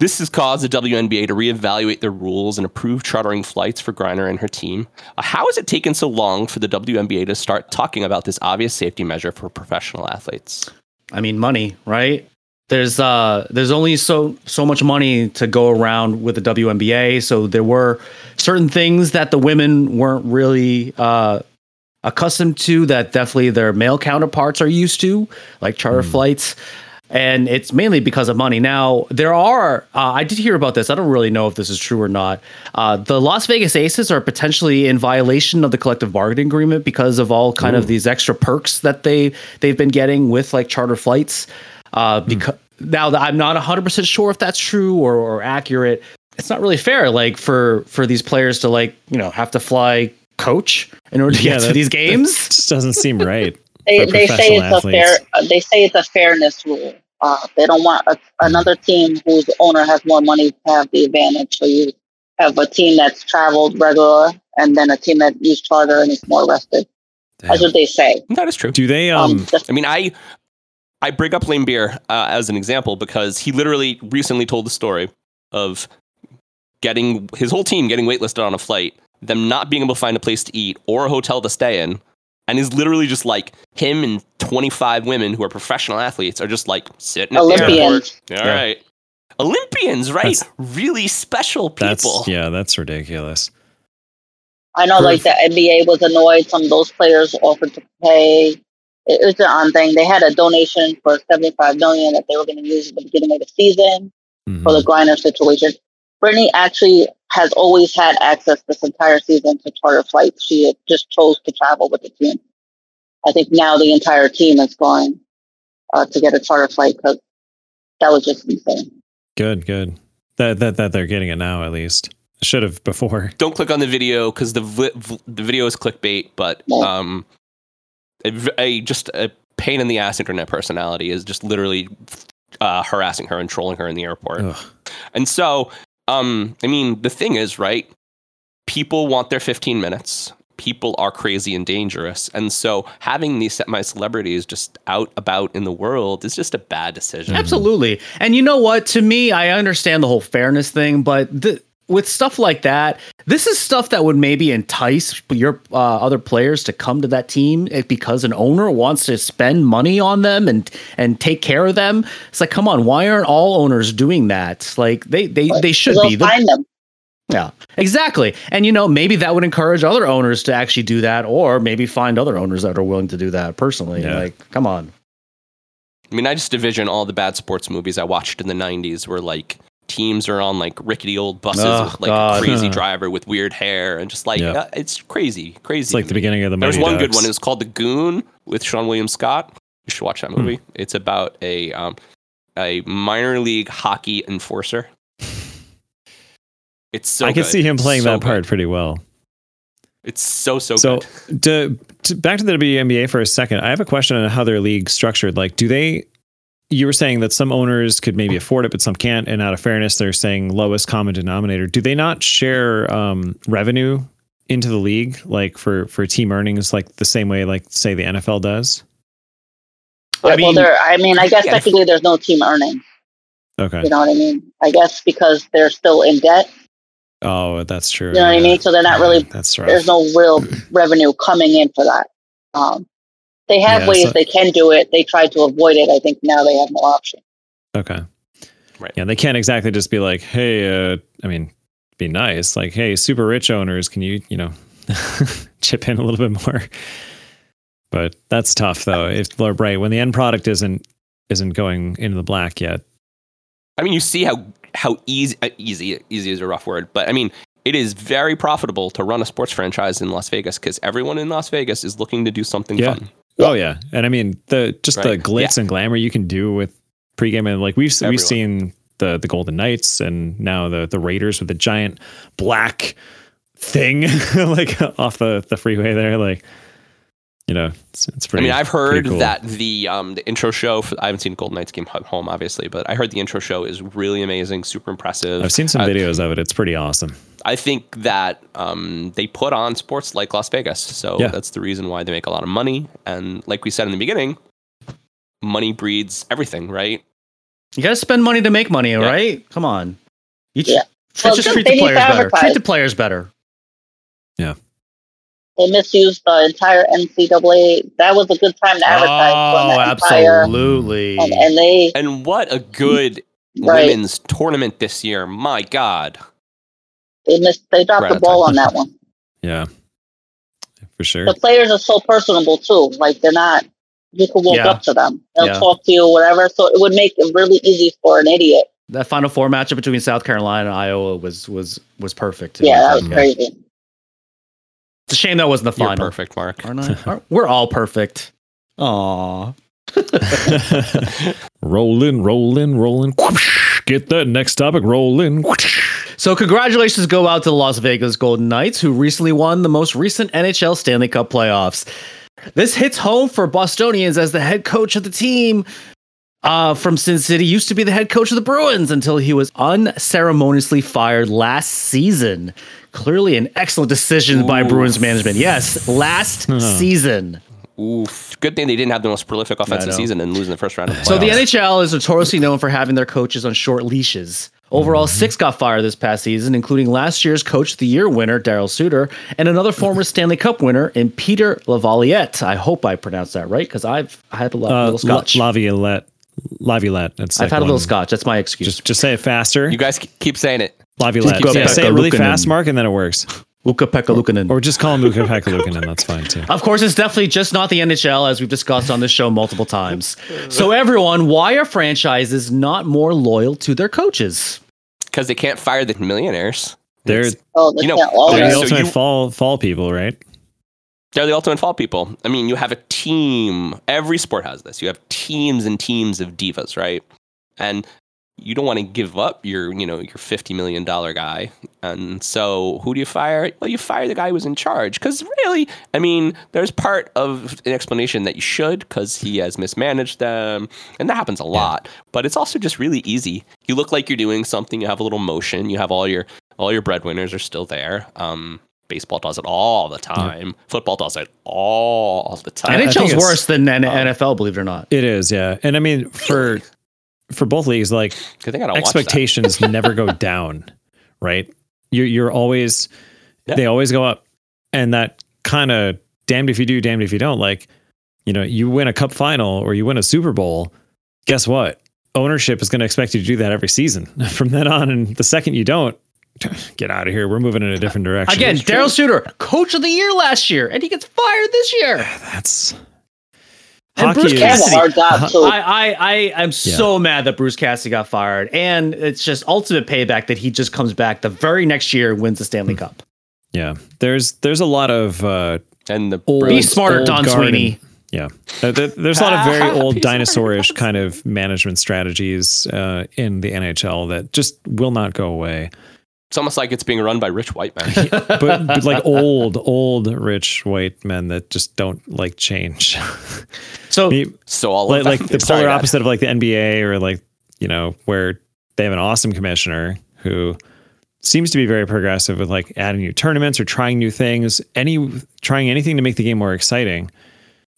S4: this has caused the WNBA to reevaluate their rules and approve chartering flights for Griner and her team. Uh, How has it taken so long for the WNBA to start talking about this obvious safety measure for professional athletes?
S2: I mean, money, right? There's uh, there's only so so much money to go around with the WNBA. So there were certain things that the women weren't really uh, accustomed to that definitely their male counterparts are used to, like charter flights. And it's mainly because of money. Now there are. Uh, I did hear about this. I don't really know if this is true or not. Uh, the Las Vegas Aces are potentially in violation of the collective bargaining agreement because of all kind of these extra perks that they they've been getting with like charter flights. Uh,
S5: Hmm.
S2: because now that I'm not 100 percent sure if that's true or, or accurate, it's not really fair. Like for for these players to like you know have to fly coach in order to get to
S5: that-
S2: these
S5: that
S2: games.
S5: just doesn't seem right.
S3: They,
S5: for
S3: they say
S5: professional
S3: it's a fair. uh, They say it's a fairness rule. Uh, they don't want a, another team whose owner has more money to have the advantage. So you have a team that's traveled regular, and then a team that used charter and is more rested. That's what they say.
S4: That is true.
S5: Do they
S3: Um,
S5: um
S3: the-
S4: I mean, I I bring up Lane Beer uh, as an example because he literally recently told the story of getting his whole team getting waitlisted on a flight, them not being able to find a place to eat or a hotel to stay in, and he's literally just like him and 25 women who are professional athletes are just like sitting at the airport.
S3: Olympians.
S4: All right,
S5: Yeah.
S4: Olympians, right?
S5: That's-
S4: really special
S5: that's
S4: people.
S5: yeah, that's ridiculous.
S3: I know, like the NBA was annoyed. Some of those players offered to pay. It was an on thing. They had a donation for seventy-five million that they were going to use at the beginning of the season
S5: Mm-hmm.
S3: for
S2: Mm.
S3: the grinder situation. Brittany actually has always had access this entire season to charter flights. She just chose to travel with the team. I think now the entire team is going uh, to get a charter flight because that was just insane.
S5: Good, good. That that that they're getting it now at least. Should have before.
S4: don't click on the video because the vi- v- the video is clickbait. But
S3: Yeah.
S4: um, a, v- a- just a pain in the ass internet personality is just literally uh, harassing her and trolling her in the airport.
S5: Ugh.
S4: And so, um, I mean, the thing is, right? People want their 15 minutes. People are crazy and dangerous. And so, having these my celebrities just out about in the world is just a bad decision.
S2: Absolutely. And you know what? To me, I understand the whole fairness thing, but th- with stuff like that, this is stuff that would maybe entice your uh, other players to come to that team eh, because an owner wants to spend money on them and and take care of them. It's like, come on, why aren't all owners doing that? Like they they, they should
S3: They'll
S2: be. The-
S3: find them.
S2: yeah, exactly. And you know, maybe that would encourage other owners to actually do that, or maybe find other owners that are willing to do that. Personally,
S5: Yeah.
S2: like, come on.
S4: I mean, I just envision all the bad sports movies I watched in the '90s, where like teams are on like rickety old buses
S2: Oh,
S4: with like
S2: God.
S4: a crazy
S5: Huh.
S4: driver with weird hair, and just like
S5: Yeah.
S4: uh, it's crazy, crazy.
S5: It's like the beginning of the
S4: there was
S5: Mighty
S4: one good
S5: Ducks.
S4: one. It was called The Goon with Sean William Scott. You should watch that
S5: Hmm.
S4: movie. It's about a um, a minor league hockey enforcer. It's so.
S5: I can
S4: good.
S5: see him playing
S4: So
S5: that part
S4: good.
S5: pretty well.
S4: It's so so.
S5: So,
S4: good.
S5: to, to back to the WNBA for a second, I have a question on how their league's structured. Like, do they? You were saying that some owners could maybe afford it, but some can't, and out of fairness, they're saying lowest common denominator. Do they not share um, revenue into the league, like for for team earnings, like the same way, like say the NFL does?
S2: I
S3: I
S2: mean-
S3: mean, well, there. I mean, I guess
S4: Yeah, if-
S3: technically there's no team earning.
S5: Okay.
S3: You know what I mean? I guess because they're still in debt.
S5: Oh, that's true.
S3: You know what I
S5: yeah.
S3: mean? So they're not really.
S5: That's right.
S3: There's no real revenue coming in for that. Um, they have
S5: Yeah,
S3: ways
S5: so-
S3: they can do it. They tried to avoid it. I think now they have no option.
S5: Okay.
S4: Right.
S5: Yeah, they can't exactly just be like, hey, uh, I mean, be nice. Like, hey, super rich owners, can you, you know, chip in a little bit more? But that's tough though. If right, when the end product isn't isn't going into the black yet.
S4: I mean, you see how how easy uh, easy easy is a rough word, but I mean, it is very profitable to run a sports franchise in Las Vegas because everyone in Las Vegas is looking to do something
S5: Yeah.
S4: fun.
S5: Oh yeah. And I mean the just the
S4: Right.
S5: glitz and glamour you can do with pregame and like we've
S4: Everyone.
S5: we've seen the the Golden Knights and now the the Raiders with the giant black thing like off the, the freeway there. Like you know, it's, it's pretty
S4: I mean, I've heard
S5: pretty cool.
S4: that the um the intro show. For, I haven't seen Golden Knights game at home, obviously, but I heard the intro show is really amazing, super impressive.
S5: I've seen some
S4: Uh,
S5: videos of it. It's pretty awesome.
S4: I think that um, they put on sports like Las Vegas. So
S5: Yeah.
S4: that's the reason why they make a lot of money. And like we said in the beginning, money breeds everything, right?
S2: You gotta spend money to make money, right? Come on. You tr-
S3: Yeah.
S2: tr-
S3: Well,
S2: just
S3: good
S2: treat
S3: thing
S2: the
S3: you
S2: players better.
S3: advertise.
S2: Treat the players better.
S3: They misused the entire NCAA. That was a good time to advertise on
S2: Oh,
S3: the entire.
S2: absolutely.
S3: And, and they
S4: And what a good
S3: right,
S4: women's tournament this year. My God.
S3: they missed. They dropped
S4: Right
S3: the
S4: on
S3: ball
S5: time.
S3: on that one.
S5: Yeah. For sure.
S3: The players are so personable too. Like they're not. You can walk
S2: Yeah.
S3: up to them. They'll
S2: Yeah.
S3: talk to you, whatever. So it would make it really easy for an idiot.
S2: that final four matchup between South Carolina and Iowa was was was perfect. too.
S3: yeah, that was
S5: yeah.
S3: crazy.
S2: It's a shame that wasn't the
S4: You're
S2: final.
S4: perfect, Mark.
S2: Aren't I? Aren't- We're all perfect. Aw.
S5: rolling, rolling, rolling. Whoosh. Get that next topic rolling. Uh, Whoosh.
S2: So congratulations go out to the Las Vegas Golden Knights, who recently won the most recent NHL Stanley Cup playoffs. This hits home for Bostonians as the head coach of the team uh, from Sin City used to be the head coach of the Bruins until he was unceremoniously fired last season. Clearly, an excellent decision by
S4: Ooh.
S2: Bruins management. Yes, last season.
S4: Oof. Good thing they didn't have the most prolific offensive
S2: know.
S4: season and lose in the first round of the
S2: So the
S4: playoffs.
S2: NHL is notoriously known for having their coaches on short leashes. Overall,
S5: Mm-hmm.
S2: six got fired this past season, including last year's Coach of the Year winner, Daryl Suter, and another former Stanley Cup winner in Peter Lavalliette. I hope I pronounced that right because I've I had a lot,
S5: Uh,
S2: little scotch.
S5: La- Laviolette. Laviolette. That's
S2: I've
S5: like
S2: had a
S5: one-
S2: little scotch. That's my excuse.
S5: Just, just say it faster.
S4: You guys k- keep saying it.
S5: Laviolette.
S2: go
S5: Yeah,
S2: back
S5: say
S2: to
S5: it really
S2: Lukanen.
S5: fast, Mark, and then it works.
S2: Luka Pekka Lukanen.
S5: Or just call him Luka Pekalukanen. That's fine too.
S2: Of course, it's definitely just not the NHL, as we've discussed on this show multiple times. So, everyone, why are franchises not more loyal to their coaches?
S4: Because they can't fire the millionaires.
S5: They're,
S4: It's-
S3: Oh, they
S4: You know,
S3: can't
S5: they're
S3: always.
S5: the
S4: so
S5: ultimate
S4: you-
S5: fall fall people, right?
S4: They're the ultimate fall people. I mean, you have a team. Every sport has this. You have teams and teams of divas, right? And you don't want to give up your, you know, your fifty million dollar guy. And so, who do you fire? Well, you fire the guy who was in charge. Because really, I mean, there's part of an explanation that you should, because he has mismanaged them, and that happens a lot. But it's also just really easy. You look like you're doing something. You have a little motion. You have all your all your breadwinners are still there. Um, baseball does it all the time. Football does it all the time.
S5: I think
S2: NHL's
S5: it's-
S2: worse than N- NFL, believe it or not.
S5: It is, yeah. And I mean for for both leagues, like
S4: Good thing I don't watch that.
S5: expectations never go down, right? You're you're always
S4: Yeah.
S5: they always go up, and that kind of damned if you do, damned if you don't. Like, you know, you win a cup final or you win a Super Bowl, guess what? Ownership is going to expect you to do that every season from then on. And the second you don't, get out of here. We're moving in a different direction.
S2: Again, Daryl Suter, coach of the year last year, and he gets fired this year.
S5: that's
S2: And
S5: hockey
S2: Bruce
S5: is-
S3: They have a hard job
S4: uh-huh.
S3: too.
S2: I, I, I am so mad that Bruce Cassidy got fired, and it's just ultimate payback that he just comes back the very next year and wins the Stanley Cup.
S5: yeah. There's there's a lot of uh,
S4: And the
S5: old,
S2: Be
S4: Bruins-
S2: smarter,
S5: old
S2: Don
S5: guard
S2: Sweeney.
S5: Yeah. There- there- Uh, There's a lot of very old
S4: He's already
S5: dinosaurish kind of management strategies uh, in the NHL that just will not go away.
S4: It's almost like it's being run by rich white men.
S5: But, but like old, old rich white men that just don't like change.
S2: So
S5: I mean,
S4: So all
S5: like,
S4: of that-
S5: like the
S4: Sorry,
S5: polar
S4: Dad.
S5: opposite of like the NBA or like, you know, where they have an awesome commissioner who seems to be very progressive with like adding new tournaments or trying new things, any trying anything to make the game more exciting.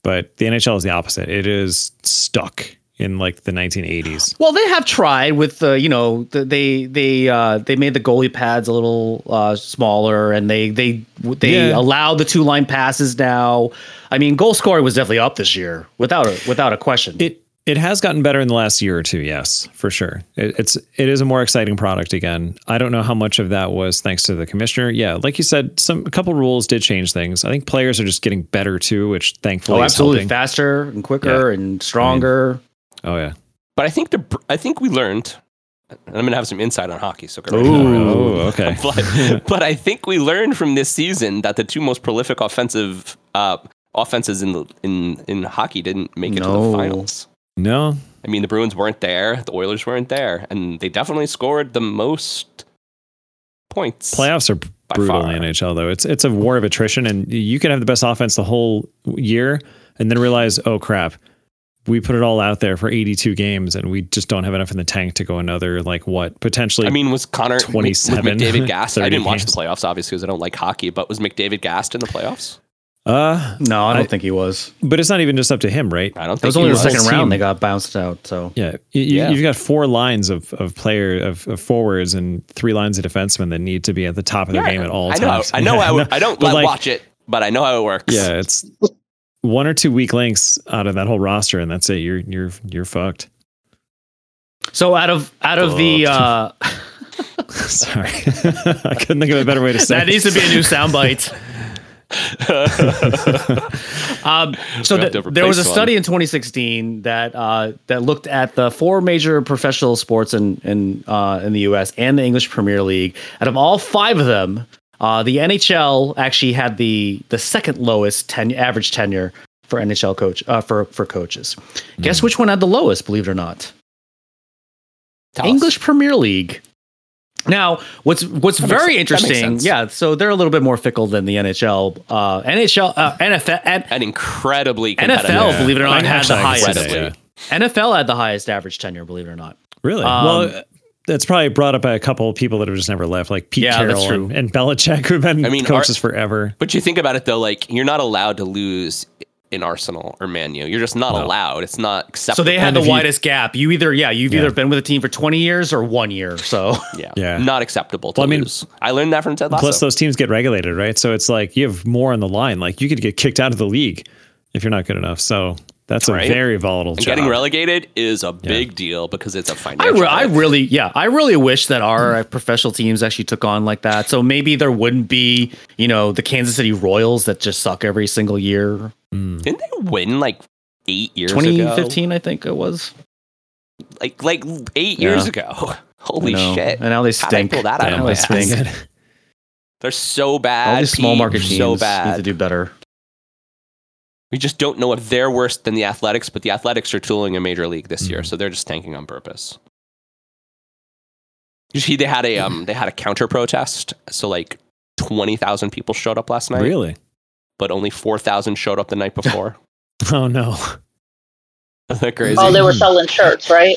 S5: But the NHL is the opposite. It is stuck in like the 1980s.
S2: Well, they have tried with uh, you know th- they they uh, they made the goalie pads a little uh, smaller, and they they they
S5: Yeah.
S2: allow the two line passes now. I mean, goal scoring was definitely up this year without a, without a question.
S5: It it has gotten better in the last year or two, yes, for sure. It, it's it is a more exciting product again. I don't know how much of that was thanks to the commissioner. Yeah, like you said, some a couple rules did change things. I think players are just getting better too, which thankfully
S2: oh,
S5: is
S2: absolutely,
S5: helping.
S2: faster and quicker and stronger.
S5: Oh yeah.
S4: But I think the Br- I think we learned. and I'm gonna have some insight on hockey, so get ready.
S2: Ooh.
S5: Oh, okay.
S4: but, but I think we learned from this season that the two most prolific offensive uh, offenses in the in in hockey didn't make it to
S2: No.
S4: the finals.
S5: No.
S4: I mean, the Bruins weren't there, the Oilers weren't there, and they definitely scored the most points.
S5: Playoffs are
S4: By
S5: brutal
S4: far.
S5: in the NHL though. It's it's a war of attrition and you can have the best offense the whole year and then realize, "Oh crap. we put it all out there for 82 games and we just don't have enough in the tank to go another like what potentially
S4: I mean, was Connor
S5: 27,
S4: was McDavid gassed? I
S5: 30
S4: didn't watch the
S5: games.
S4: playoffs, obviously, because I don't like hockey. But was McDavid gassed in the playoffs?
S5: uh
S2: No, I don't
S5: I-
S2: think he was.
S5: but it's not even just up to him right
S4: I don't. think
S2: It was
S4: he
S2: only the
S5: was.
S2: second
S5: Whole team.
S2: round they got bounced out. So
S5: yeah, you, you-
S4: Yeah.
S5: you've got four lines of of player of, of forwards and three lines of defensemen that need to be at the top of their game at all
S4: I know.
S5: times.
S4: I know.
S5: Yeah,
S4: I, would- I don't like,
S5: But, like-
S4: watch it, but I know how it works.
S5: Yeah, it's one or two weak links out of that whole roster, and that's it. You're you're you're fucked.
S2: so out of out of the uh,
S5: Sorry, I couldn't think of a better way to say
S2: that
S5: it.
S2: needs to be a new soundbite. um, so
S4: We have
S2: th-
S4: to
S2: there was a
S4: replace one.
S2: study in 2016 that uh, that looked at the four major professional sports in in uh, in the U.S. and the English Premier League. Out of all five of them, uh, the NHL actually had the the second lowest ten- average tenure for NHL coach uh, for for coaches. Guess which one had the lowest? Believe it or not,
S4: Tell us.
S2: English Premier League. Now, what's what's very
S4: That makes sen- that makes
S2: interesting,
S4: sense.
S2: yeah. So they're a little bit more fickle than the NHL, uh, NHL, uh, NFL, and
S4: an incredibly competitive.
S2: NFL, believe it or
S5: I
S2: not, had the
S5: actually I can
S2: highest.
S5: see that, yeah.
S2: NFL had the highest average tenure, believe it or not.
S5: Really?
S2: Um,
S5: well, that's probably brought up by a couple of people that have just never left, like Pete
S2: Yeah, that's
S5: Carroll
S2: true.
S5: and, and Belichick, who've been
S4: I mean,
S5: coaches forever.
S4: But you think about it though, like you're not allowed to lose in Arsenal or Man U. You're just not allowed. It's not
S2: So
S4: acceptable.
S2: they had
S5: And
S2: the
S5: if you-
S2: widest gap. You either, yeah, you've
S5: Yeah.
S2: either been with a team for 20 years or one year. So
S4: yeah,
S5: Yeah.
S4: not acceptable to
S5: Well, I mean-
S4: lose. I learned that from Ted Lasso.
S5: Plus, those teams get regulated, right? So it's like you have more on the line. Like you could get kicked out of the league if you're not good enough. So that's a
S4: Right.
S5: very volatile
S4: and
S5: job.
S4: getting relegated is a big deal because it's a
S2: I,
S4: financial.
S2: re- I
S4: hit.
S2: really, yeah, I really wish that our professional teams actually took on like that. So maybe there wouldn't be, you know, the Kansas City Royals that just suck every single year.
S5: Mm.
S4: didn't they win like eight years ago?
S2: 2015, I think it was.
S4: like like eight
S2: Yeah.
S4: years ago. Holy
S2: I know.
S4: shit!
S2: And now they
S4: How'd they
S2: stink.
S4: pull that out of
S2: Now
S4: my
S2: they
S4: ass?
S2: stink.
S4: They're so bad.
S2: All these small
S4: Pete.
S2: market teams
S4: so
S2: need
S4: bad.
S2: to do better.
S4: we just don't know if they're worse than the Athletics, but the Athletics are tooling a major league this
S5: Mm-hmm.
S4: year, so they're just tanking on purpose. You see, they had a um, they had a counter protest, so like twenty thousand people showed up last night,
S5: Really?
S4: but only four thousand showed up the night before.
S5: Oh no.
S4: Isn't that crazy?
S3: Oh, they were selling shirts, right?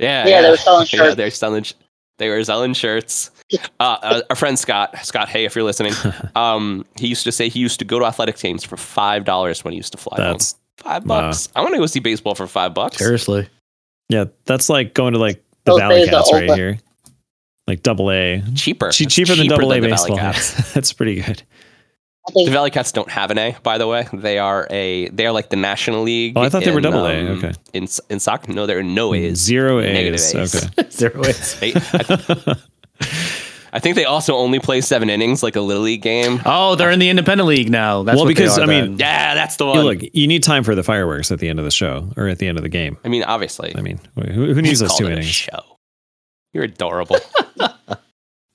S4: Yeah,
S3: Yeah, they were selling
S4: Yeah,
S3: shirts.
S4: they were selling. sh- They were selling shirts. Uh, a, a friend Scott, Scott, hey, if you're listening, um, he used to say he used to go to athletic teams for five dollars when he used to fly
S5: That's
S4: home. Five
S5: wow.
S4: bucks. I want to go see baseball for five bucks.
S2: Seriously.
S5: Yeah, that's like going to like the
S3: Those
S5: Valley
S3: days are
S5: Cats right
S3: over.
S5: here. Like double A.
S4: Cheaper,
S5: Che-
S4: It's
S5: cheaper than double A
S4: the Valley
S5: baseball.
S4: Cats.
S5: that's pretty good.
S3: I think
S4: The Valley Cats don't have an A, by the way. They are a. They are like the National League.
S5: Oh, I thought they were
S4: in,
S5: double A,
S4: um,
S5: okay.
S4: In s- in soccer, no, there are no A's.
S5: Zero
S4: Negative
S5: A's.
S4: A's.
S5: Okay.
S2: Zero ways.
S4: They, I, I think they also only play seven innings, like a little league game.
S2: Oh, they're in the independent league now. That's
S5: Well,
S2: what they
S5: because,
S2: are
S5: I mean,
S2: then.
S4: Yeah, that's the
S5: Yeah,
S4: one.
S5: look, you need time for the fireworks at the end of the show or at the end of the game.
S4: I mean, obviously.
S5: I mean, wh- who, who needs
S4: You
S5: those
S4: called
S5: two
S4: it a
S5: innings?
S4: Show. You're adorable.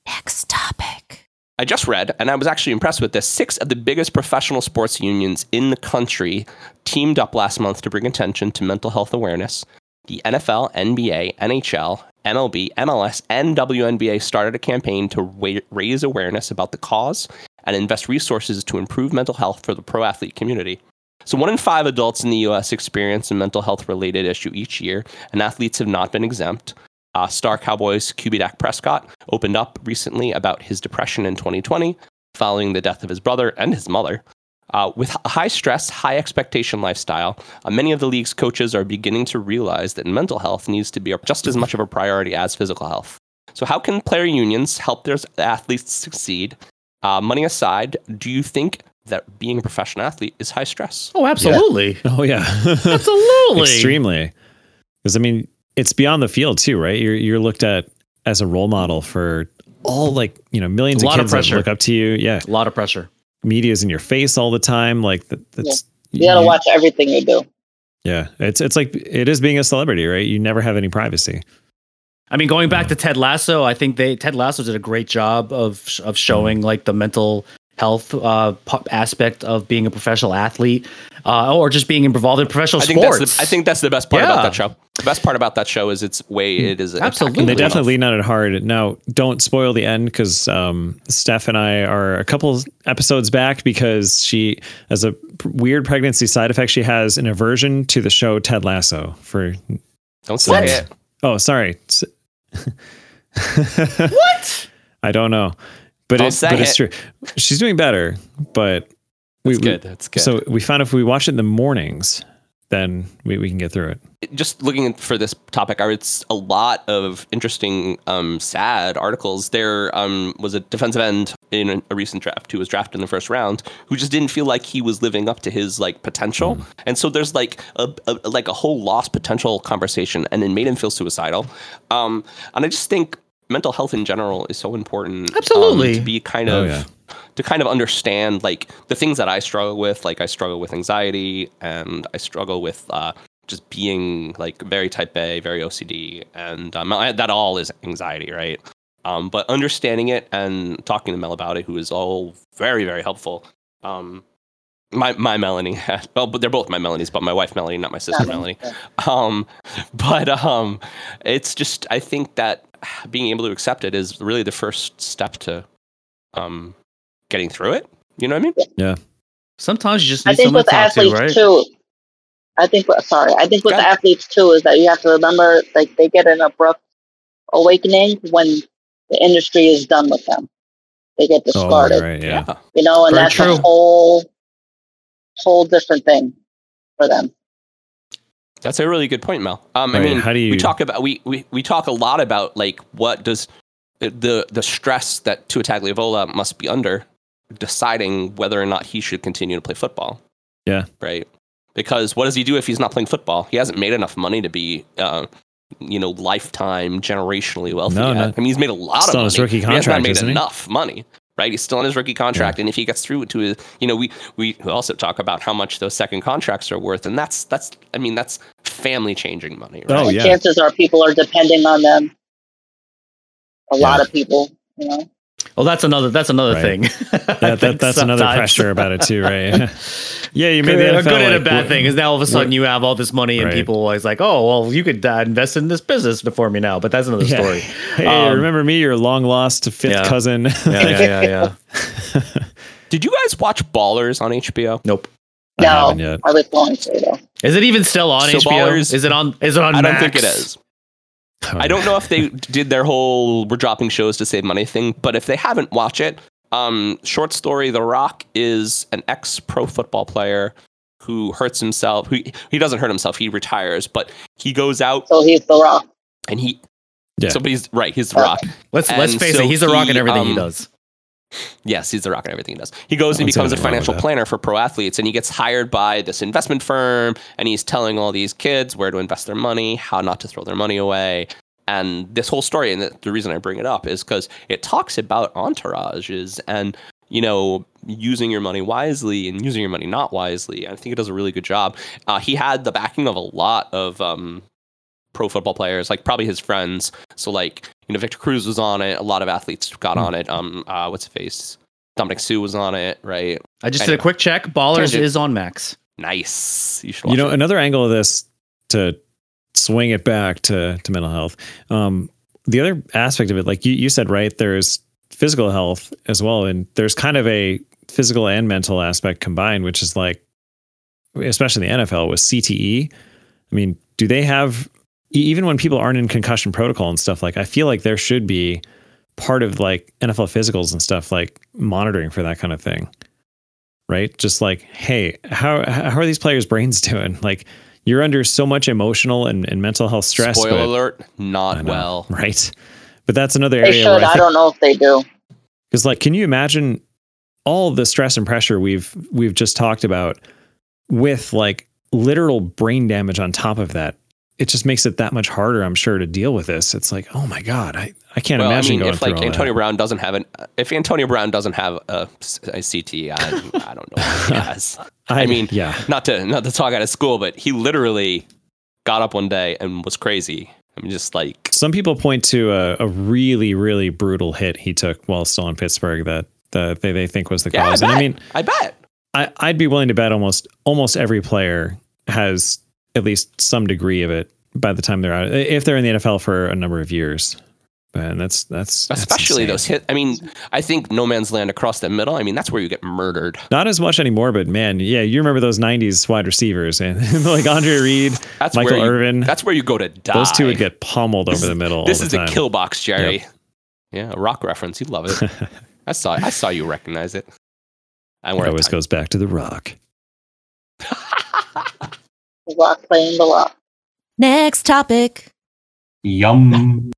S1: Next topic.
S4: I just read, and I was actually impressed with this. Six of the biggest professional sports unions in the country teamed up last month to bring attention to mental health awareness. The NFL, NBA, NHL, MLB, MLS, and WNBA started a campaign to wa- raise awareness about the cause and invest resources to improve mental health for the pro athlete community. So, one in five adults in the U.S. experience a mental health related issue each year, and athletes have not been exempt. Uh, star Cowboys QB Dak Prescott opened up recently about his depression in 2020 following the death of his brother and his mother. Uh, with a high stress, high expectation lifestyle, uh, many of the league's coaches are beginning to realize that mental health needs to be just as much of a priority as physical health. So, how can player unions help their athletes succeed? Uh, money aside, do you think that being a professional athlete is high stress?
S2: Oh, absolutely.
S5: Oh, yeah.
S2: Absolutely.
S5: Extremely. Because, I mean, it's beyond the field, too, right? You're, you're looked at as a role model for all like, you know, millions
S2: A lot of
S5: of kids that
S2: pressure.
S5: look up to you. Yeah.
S2: A lot of pressure.
S5: Media's in your face all the time. Like, th- that's.
S3: you gotta watch everything you do.
S5: Yeah, it's it's like it is being a celebrity, right? You never have any privacy.
S2: I mean, going back to Ted Lasso, I think they Ted Lasso did a great job of of showing like the mental health uh, p- aspect of being a professional athlete uh, or just being involved in professional
S4: I think
S2: sports.
S4: that's the I think that's the best part about
S2: Yeah.
S4: that show. The best part about that show is its way it is attacking
S2: Absolutely.
S5: They
S2: Fair enough.
S5: definitely lean on it hard. Now, don't spoil the end because um, Steph and I are a couple episodes back because she has a p- weird pregnancy side effect. She has an aversion to the show Ted Lasso. For
S4: Don't say
S5: What?
S4: it.
S5: oh, sorry, S-
S2: what?
S5: I don't know, but,
S4: Don't
S5: it,
S4: say
S5: but it's
S4: it.
S5: true. She's doing better, but we,
S4: It's
S5: we-
S4: good. That's good.
S5: So we found if we watch it in the mornings, then we, we can get through it.
S4: just looking for this topic, I read a lot of interesting, um, sad articles. There um, was a defensive end in a, a recent draft who was drafted in the first round who just didn't feel like he was living up to his like potential, and so there's like a, a like a whole lost potential conversation, and it made him feel suicidal. Um, and I just think mental health in general is so important. um,
S2: Absolutely.
S4: to be kind
S5: Oh,
S4: of
S5: yeah.
S4: to kind of understand like the things that I struggle with. Like I struggle with anxiety and I struggle with uh, just being like very type A, very OCD, and um, I, that all is anxiety, right? Um, but understanding it and talking to Mel about it, who is all very very helpful. Um, my my Melanie, well, but they're both my Melanies, but my wife Melanie, not my sister Melanie um but um it's just i think that being able to accept it is really the first step to um getting through it you know what i mean
S2: Sometimes you just
S3: I
S2: need
S3: think
S2: someone to
S3: with
S2: talk to,
S3: athletes
S2: right?
S3: too. I think with- sorry. I think with
S4: Go
S3: the
S4: ahead.
S3: athletes too is that you have to remember like they get an abrupt awakening when the industry is done with them. They get discarded,
S5: right, yeah.
S4: yeah
S3: you know, and
S2: Very
S3: that's
S2: true.
S3: a whole whole different thing for them.
S4: that's a really good point mel um i
S5: Right,
S4: mean
S5: how do
S4: we
S5: you-
S4: talk about we, we we talk a lot about like what does the the stress that Tua Tagliavola must be under deciding whether or not he should continue to play football
S5: Yeah.
S4: right because what does he do if he's not playing football he hasn't made enough money to be uh, you know lifetime generationally wealthy
S5: No,
S4: yet.
S5: no.
S4: i mean he's made a lot of
S5: Still on
S4: money
S5: his rookie
S4: but he has not
S5: contract,
S4: made
S5: isn't he?
S4: enough money right he's still on his rookie contract and if he gets through to his you know we we also talk about how much those second contracts are worth and that's that's i mean that's family changing money right
S5: Oh,
S3: And
S5: yeah.
S3: Chances are people are depending on them. A lot of people, you know.
S2: Well, that's another that's another thing.
S5: Right.
S2: I
S5: That, that,
S2: think
S5: that's another
S2: sometimes
S5: pressure about it too, right? yeah, you made
S2: Good,
S5: the NFL
S2: a good and a
S5: like,
S2: bad
S5: wh-
S2: thing is now all of a sudden you have all this money and
S5: Right.
S2: people always like, oh well, you could uh, invest in this business for me now, but that's another
S5: Yeah.
S2: story.
S5: Hey,
S2: Um,
S5: remember me, your long lost fifth
S2: Yeah.
S5: cousin?
S2: Yeah, yeah, yeah, yeah.
S4: did you guys watch ballers on hbo
S2: Nope.
S5: I haven't
S3: No,
S5: yet.
S3: I was going to though.
S2: Is it even still on
S4: So
S2: HBO?
S4: Ballers-
S2: is it on? Is it on?
S4: I don't
S2: Max?
S4: think it is. I don't know if they did their whole we're dropping shows to save money thing, but if they haven't, watch it. Um, short story: The Rock is an ex-pro football player who hurts himself. Who he doesn't hurt himself; he retires, but he goes out
S3: So he's the rock.
S4: and he.
S5: Yeah.
S4: Somebody's right. He's The Rock.
S2: Let's let's
S4: And
S2: face
S4: so
S2: it. He's a rock in
S4: he,
S2: everything he
S4: um,
S2: does.
S4: Yes, he's the rock and everything he does. He goes
S5: I
S4: and
S5: wouldn't say
S4: becomes a
S5: anything wrong with
S4: financial
S5: that.
S4: planner for pro athletes, and he gets hired by this investment firm, and he's telling all these kids where to invest their money, how not to throw their money away, and this whole story. And the, the reason I bring it up is because it talks about entourages and you know using your money wisely and using your money not wisely. I think it does a really good job. Uh, he had the backing of a lot of um, pro football players, like probably his friends. So like you know, Victor Cruz was on it. A lot of athletes got
S5: Hmm.
S4: on it. Um, uh, what's his face? Dominic Sue was on it, right?
S2: I just did
S4: anyway.
S2: a quick check. Ballers
S4: Tangent.
S2: is on Max.
S4: Nice. You should. Watch
S5: You know,
S4: it.
S5: another angle of this to swing it back to, to mental health. Um, the other aspect of it, like you, you said, right, there's physical health as well. And there's kind of a physical and mental aspect combined, which is like, especially in the NFL with CTE. I mean, do they have, e- even when people aren't in concussion protocol and stuff, like I feel like there should be part of like NFL physicals and stuff, like monitoring for that kind of thing right? Just like, hey, how how are these players' brains doing? Like, you're under so much emotional and, and mental health stress.
S4: Spoiler
S5: but-
S4: alert:
S5: I
S4: not
S5: know,
S4: well.
S5: right? But that's another
S3: They
S5: area
S3: should.
S5: where
S3: I,
S5: I think
S3: don't know if they do.
S5: because, like, can you imagine all the stress and pressure we've we've just talked about with like literal brain damage on top of that? It just makes it that much harder, I'm sure, to deal with this. It's like, oh my god, I I can't
S4: Well, I
S5: imagine
S4: mean,
S5: going
S4: if
S5: through
S4: like
S5: all
S4: Antonio
S5: that.
S4: Brown doesn't have an, if Antonio Brown doesn't have a, s- a CTE, I, I don't know. What he has. I mean,
S5: yeah,
S4: not to not to talk out of school, but he literally got up one day and was crazy. I'm just like,
S5: Some people point to a, a really, really brutal hit he took while still in Pittsburgh that the they, they think was the
S4: Yeah, I
S5: cause.
S4: bet.
S5: and
S4: I,
S5: I mean,
S4: bet.
S5: I, I'd be willing to bet almost almost every player has at least some degree of it by the time they're out, if they're in the NFL for a number of years. And that's that's that's
S4: Especially
S5: insane.
S4: those hit. I mean, I think No Man's Land across the middle. I mean, that's where you get murdered.
S5: Not as much anymore, but man, yeah, you remember those '90s wide receivers and like Andre Reed,
S4: That's
S5: Michael
S4: where you,
S5: Irvin.
S4: That's where you go to die.
S5: those two would get pommeled over the middle.
S4: This
S5: all
S4: is
S5: the
S4: the
S5: time.
S4: kill box, Jerry. Yeah, a rock reference. You love it. I saw. I saw you recognize it. I
S5: It
S4: were
S5: always goes back to the rock.
S3: Rock playing the rock.
S1: Next topic.
S6: Yum.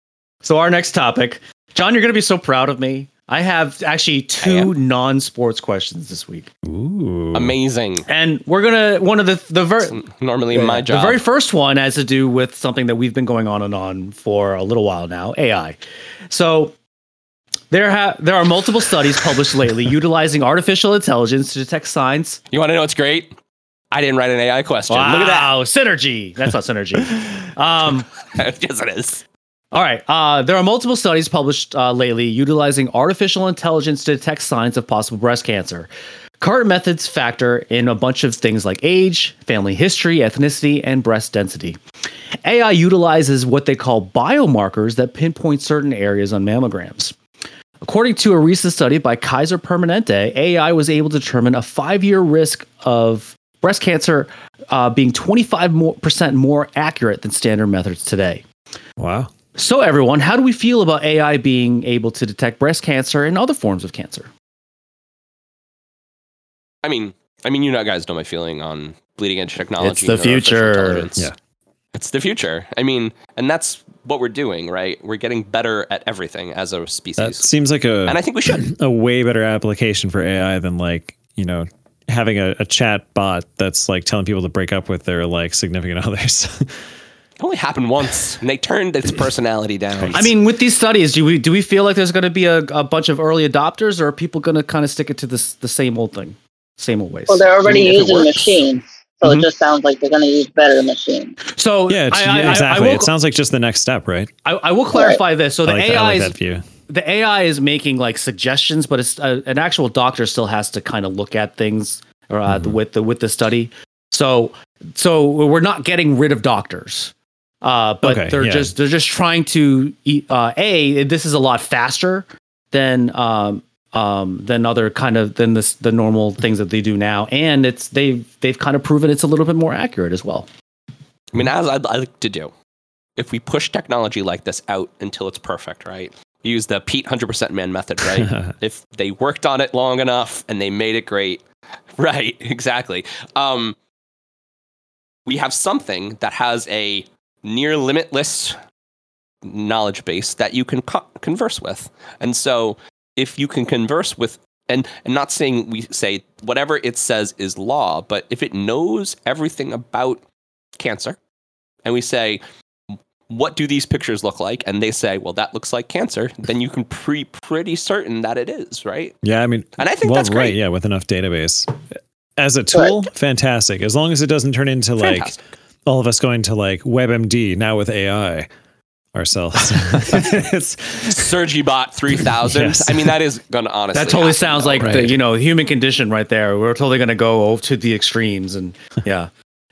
S2: So our next topic, John, you're going to be so proud of me. I have actually two non-sports questions this week,
S5: Ooh,
S4: amazing.
S2: and we're gonna one of the the ver-
S4: It's normally my job.
S2: The very first one has to do with something that we've been going on and on for a little while now, AI. So there have there are multiple studies published lately utilizing artificial intelligence to detect signs.
S4: you want to know what's great? I didn't write an AI question. Look at
S2: Wow, synergy. That's not synergy. Um,
S4: that. yes, it is.
S2: all right. Uh, there are multiple studies published uh, lately utilizing artificial intelligence to detect signs of possible breast cancer. Current methods factor in a bunch of things like age, family history, ethnicity, and breast density. AI utilizes what they call biomarkers that pinpoint certain areas on mammograms. According to a recent study by Kaiser Permanente, AI was able to determine a five year risk of breast cancer uh, being 25% more accurate than standard methods today.
S5: wow.
S2: So, everyone, how do we feel about AI being able to detect breast cancer and other forms of cancer?
S4: I mean, I mean, you know, guys know my feeling on bleeding edge technology.
S2: It's the
S4: and artificial
S2: future.
S4: intelligence.
S5: Yeah.
S4: it's the future. I mean, and that's what we're doing, right? We're getting better at everything as a species,
S5: That seems like a
S4: and I think we should.
S5: a way better application for AI than like, you know, having a, a chat bot that's like telling people to break up with their like significant others.
S4: It only happened once, and they turned its personality down.
S2: I mean, with these studies, do we do we feel like there's going to be a, a bunch of early adopters, or are people going to kind of stick it to this the same old thing, same old ways?
S3: Well, they're already
S4: If it
S3: using
S4: works.
S3: machines, so
S2: Mhm.
S3: it just sounds like they're going to use better machines.
S2: So
S5: yeah, it's,
S2: I- I, I- I
S5: exactly.
S2: will,
S5: it sounds like just the next step, right?
S2: I, I will clarify this. So
S5: I
S2: the
S5: like, that, I
S2: AI
S5: like
S2: is
S5: that view.
S2: the AI is making like suggestions, but it's, uh, an actual doctor still has to kind of look at things or, uh,
S5: Mm-hmm.
S2: with the with the study. So so we're not getting rid of doctors, uh, but
S5: Okay,
S2: they're
S5: yeah.
S2: just they're just trying to e- uh, a this is a lot faster than um, um, than other kind of than this the normal things that they do now, and it's they've they've kind of proven it's a little bit more accurate as well.
S4: I mean, as I'd like to do, if we push technology like this out until it's perfect, right? Use the Pete 100% man method, right? if they worked on it long enough and they made it great, right? Exactly. Um, we have something that has a near limitless knowledge base that you can co- converse with. And so if you can converse with and, and not saying we say whatever it says is law, but if it knows everything about cancer and we say what do these pictures look like and they say well that looks like cancer then you can pre pretty certain that it is right
S5: Yeah, I mean,
S4: and i think
S5: well,
S4: that's great
S5: right. Yeah, with enough database. As a tool, fantastic. As long as it doesn't turn into like
S4: Fantastic.
S5: all of us going to like WebMD now with AI ourselves. it's
S4: SurgiBot 3000
S5: Yes.
S4: i mean that is gonna honestly
S2: That totally
S4: happen,
S2: sounds
S4: though,
S2: like
S4: right?
S2: the you know human condition right there. We're totally going to go over to the extremes, and yeah,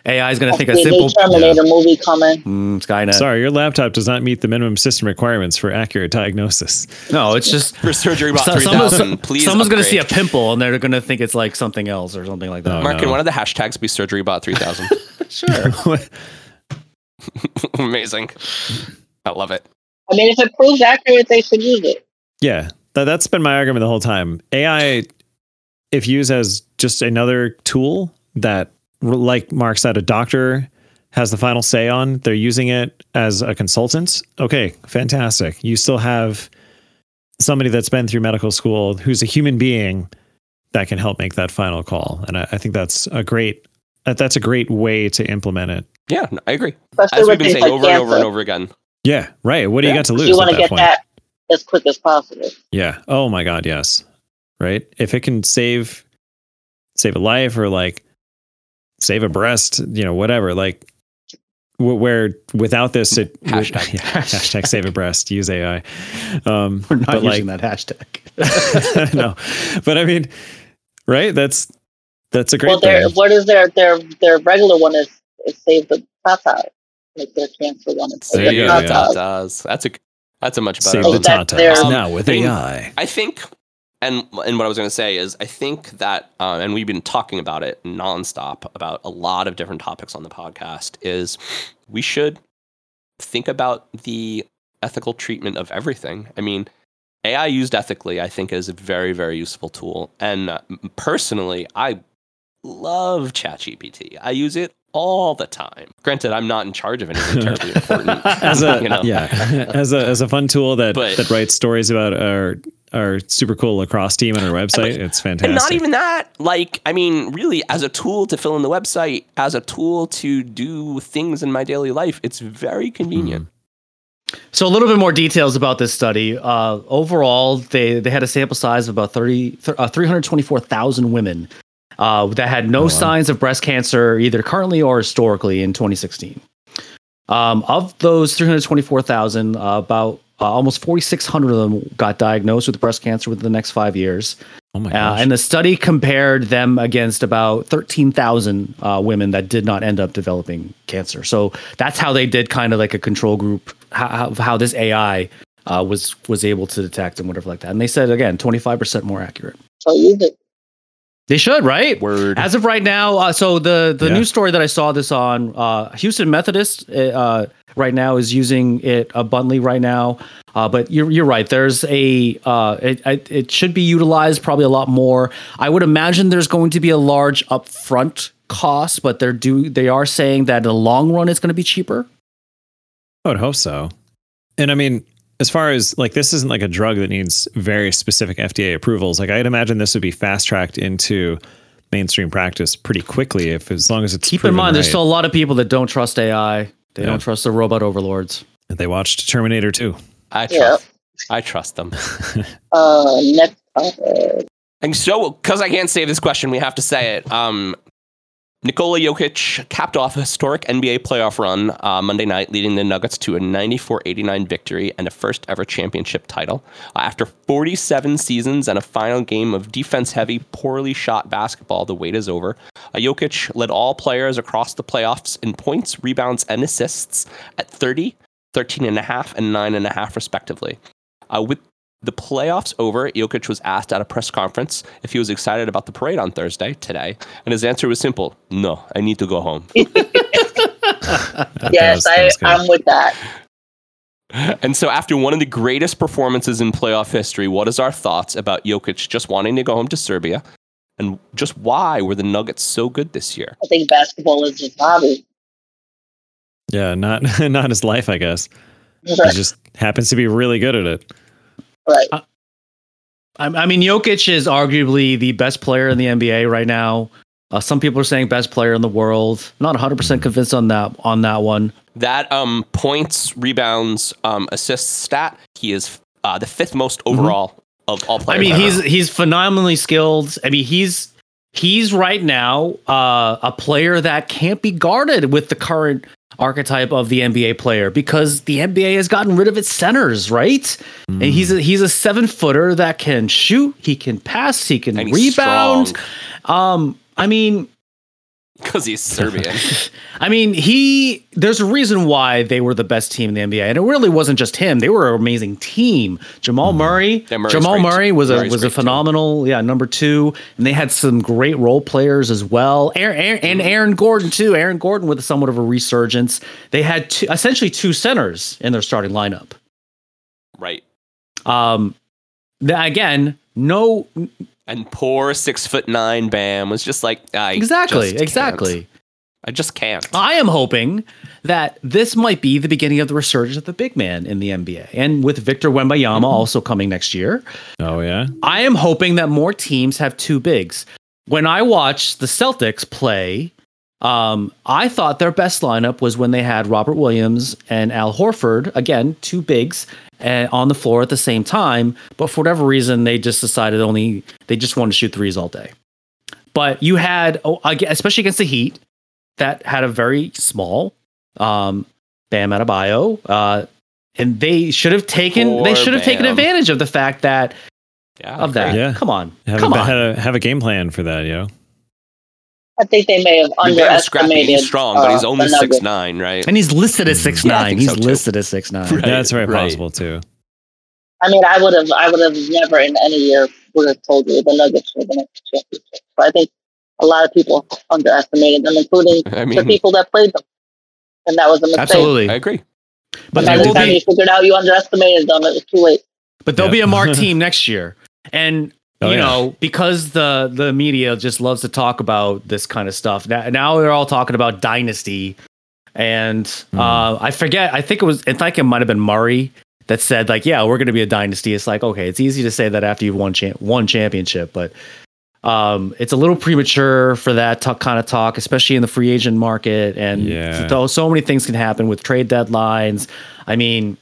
S2: AI is going to think a
S3: Hopefully, new
S2: simple
S3: Terminator movie coming.
S2: mm, Skynet.
S5: sorry, your laptop does not meet the minimum system requirements for accurate diagnosis.
S2: No, it's just
S4: for SurgeryBot
S2: so-
S4: 3000
S2: someone's,
S4: please
S2: someone's going to see a
S4: upgrade.
S2: pimple, and they're going to think it's like something else or something like that.
S5: Oh,
S4: mark can
S5: no.
S4: one of the hashtags be SurgeryBot 3000
S2: Sure.
S4: amazing i love it
S3: I mean, if it proves accurate, they should use it.
S5: Yeah, that, that's been my argument the whole time. AI, if used as just another tool that, like Mark said, a doctor has the final say on, they're using it as a consultant. Okay, fantastic. You still have somebody that's been through medical school who's a human being that can help make that final call. And I, I think that's a great. that- That's a great way to implement it.
S4: yeah no, i agree
S3: Especially
S4: as we've
S3: with
S4: been
S3: things
S4: saying
S3: like
S4: over and
S3: cancer.
S4: over and over again
S5: Yeah, right. What do you
S4: Yeah.
S5: got to lose?
S3: You
S5: at
S3: want to
S5: that
S3: get
S5: point?
S3: that as quick as possible.
S5: Yeah. Oh my God. Yes. Right. If it can save, save a life or like save a breast, you know, whatever, like wh- where without this it
S4: Hashtag.
S5: yeah, hashtag save a breast use AI. Um,
S2: We're not
S5: but like
S2: using that hashtag.
S5: no, but I mean, right? That's that's a great
S3: well, their
S5: thing.
S3: what is their their their regular one is, is save the tata. Like their cancer one is save
S5: There you
S3: the
S5: go,
S3: tatas.
S5: yeah.
S4: Tatas. That's a that's a much better.
S5: Save
S3: Oh,
S5: the
S4: one.
S3: that
S5: tatas
S3: they're-
S5: now with
S4: I mean-
S5: AI.
S4: I think, and and what I was going to say is, I think that, uh, and we've been talking about it nonstop about a lot of different topics on the podcast. Is we should think about the ethical treatment of everything. I mean, AI used ethically, I think, is a very very useful tool. And uh, m- personally, I love ChatGPT. I use it all the time. Granted, I'm not in charge of anything terribly important.
S5: As a
S4: you know.
S5: yeah, as a as a fun tool that
S4: But-
S5: that writes stories about our our super cool lacrosse team on our website. It's fantastic.
S4: And not even that. Like, I mean, really, as a tool to fill in the website, as a tool to do things in my daily life, it's very convenient.
S2: So a little bit more details about this study. Uh, overall, they they had a sample size of about 30, th- uh, 324,000 women uh, that had no
S5: wow.
S2: signs of breast cancer either currently or historically in 2016. Um, of those 324,000, uh, about uh, almost 4,600 of them got diagnosed with breast cancer within the next five years.
S5: oh my
S2: Uh,
S5: gosh.
S2: and the study compared them against about 13,000 uh, women that did not end up developing cancer. So that's how they did kind of like a control group, how, how, how this AI uh, was was able to detect and whatever like that. And they said, again, 25% more accurate.
S3: So use it.
S2: They should, right?
S4: Word.
S2: As of right now, uh, so the the
S5: Yeah.
S2: news story that I saw this on uh, Houston Methodist uh, uh, right now is using it abundantly right now. Uh, but you're you're right. There's a uh, it, it it should be utilized probably a lot more. I would imagine there's going to be a large upfront cost, but they're do they are saying that in the long run it's going to be cheaper.
S5: I would hope so. And I mean, as far as like this isn't like a drug that needs very specific FDA approvals. Like I'd imagine this would be fast tracked into mainstream practice pretty quickly if as long as it's
S2: Keep in
S5: proven
S2: mind, there's
S5: right.
S2: still a lot of people that don't trust AI. They
S5: Yeah.
S2: don't trust the robot overlords.
S5: they watched Terminator 2.
S4: I trust.
S3: Yeah.
S4: I trust them.
S3: Uh, next topic.
S4: And so, because I can't say this question, we have to say it. Um, Nikola Jokic capped off a historic NBA playoff run uh, Monday night, leading the Nuggets to a 94 89 victory and a first ever championship title. Uh, after 47 seasons and a final game of defense heavy, poorly shot basketball, the wait is over. Uh, Jokic led all players across the playoffs in points, rebounds, and assists at 30, 13.5, and 9.5, respectively. Uh, with the playoffs over, Jokic was asked at a press conference if he was excited about the parade on Thursday, today, and his answer was simple no, I need to go home.
S5: That-
S3: Yes,
S5: that was- that
S3: I,
S5: was
S3: I'm with that.
S4: and so, after one of the greatest performances in playoff history, what is our thoughts about Jokic just wanting to go home to Serbia? And just why were the Nuggets so good this year?
S3: I think basketball is his hobby.
S5: good. yeah, not not his life, I guess. He just happens to be really good at it.
S3: right.
S2: I, I mean, Jokic is arguably the best player in the NBA right now. Uh, some people are saying best player in the world. Not 100 percent convinced on that on that one.
S4: That um, points, rebounds, um, assists stat, he is uh, the fifth most overall of all
S2: Mm-hmm. I
S4: players.
S2: mean,
S4: ever.
S2: he's he's phenomenally skilled. I mean, he's he's right now uh, a player that can't be guarded with the current archetype of the NBA player because the NBA has gotten rid of its centers, right? And he's a, he's a seven footer that can shoot, he can pass, he can
S4: And he's
S2: rebound. Um, I mean.
S4: because he's Serbian.
S2: I mean, he there's a reason why they were the best team in the NBA, and it really wasn't just him. They were an amazing team. Jamal Murray,
S4: Mm-hmm. Yeah, Murray's
S2: Jamal
S4: great
S2: Murray
S4: too.
S2: was a
S4: Murray's
S2: was a
S4: great too.
S2: phenomenal, yeah, number two, and they had some great role players as well. Aaron, Aaron,
S4: Mm-hmm.
S2: and Aaron Gordon too. Aaron Gordon with somewhat of a resurgence. They had two, essentially two centers in their starting lineup.
S4: right.
S2: Um, th- again, no
S4: And poor six foot nine Bam was just like I
S2: exactly,
S4: just can't.
S2: exactly.
S4: I just can't.
S2: I am hoping that this might be the beginning of the resurgence of the big man in the NBA. And with Victor Wembayama also coming next year,
S5: Oh yeah.
S2: I am hoping that more teams have two bigs. When I watched the Celtics play, um, I thought their best lineup was when they had Robert Williams and Al Horford, again, two bigs uh, on the floor at the same time. But for whatever reason, they just decided only they just wanted to shoot threes all day. But you had, oh, ag- especially against the Heat, that had a very small um, Bam Adebayo, uh, and they should have taken they
S4: Poor
S2: should have taken
S4: Bam.
S2: advantage of the fact that
S4: Yeah,
S2: of that.
S5: Yeah.
S2: Come on,
S5: Have,
S2: come
S5: a,
S2: on.
S5: Had a, have a game plan for that, yo.
S3: I think they may have
S4: He's very scrappy.
S3: underestimated.
S4: He's strong, but
S3: uh,
S4: he's only
S3: the Nuggets.
S4: six nine, right?
S2: And he's listed as
S5: Yeah, I
S2: six nine.
S4: think
S2: he's
S4: so, too.
S2: listed as six nine.
S4: Right.
S5: That's very
S4: right.
S5: possible too.
S3: I mean, I would have, I would have never in any year would have told you the Nuggets were the next championship. But I think a lot of people underestimated them, including
S4: I
S3: the
S4: mean,
S3: people that played them, and that was a mistake.
S2: Absolutely,
S4: I agree.
S2: but
S3: by
S2: there
S3: the
S2: will
S3: time you
S2: be
S3: figured out you underestimated them, it was too late.
S2: but there'll
S5: Yeah.
S2: be a mark team next year, and
S5: Oh,
S2: you
S5: yeah.
S2: know because the the media just loves to talk about this kind of stuff. Now, now they're all talking about dynasty, and
S5: Hmm.
S2: uh, I forget. I think it was. I think it might have been Murray that said like, "Yeah, we're going to be a dynasty." It's like okay, it's easy to say that after you've won champ one championship, but um, it's a little premature for that t- kind of talk, especially in the free agent market. And
S5: Yeah.
S2: so, so many things can happen with trade deadlines. I mean,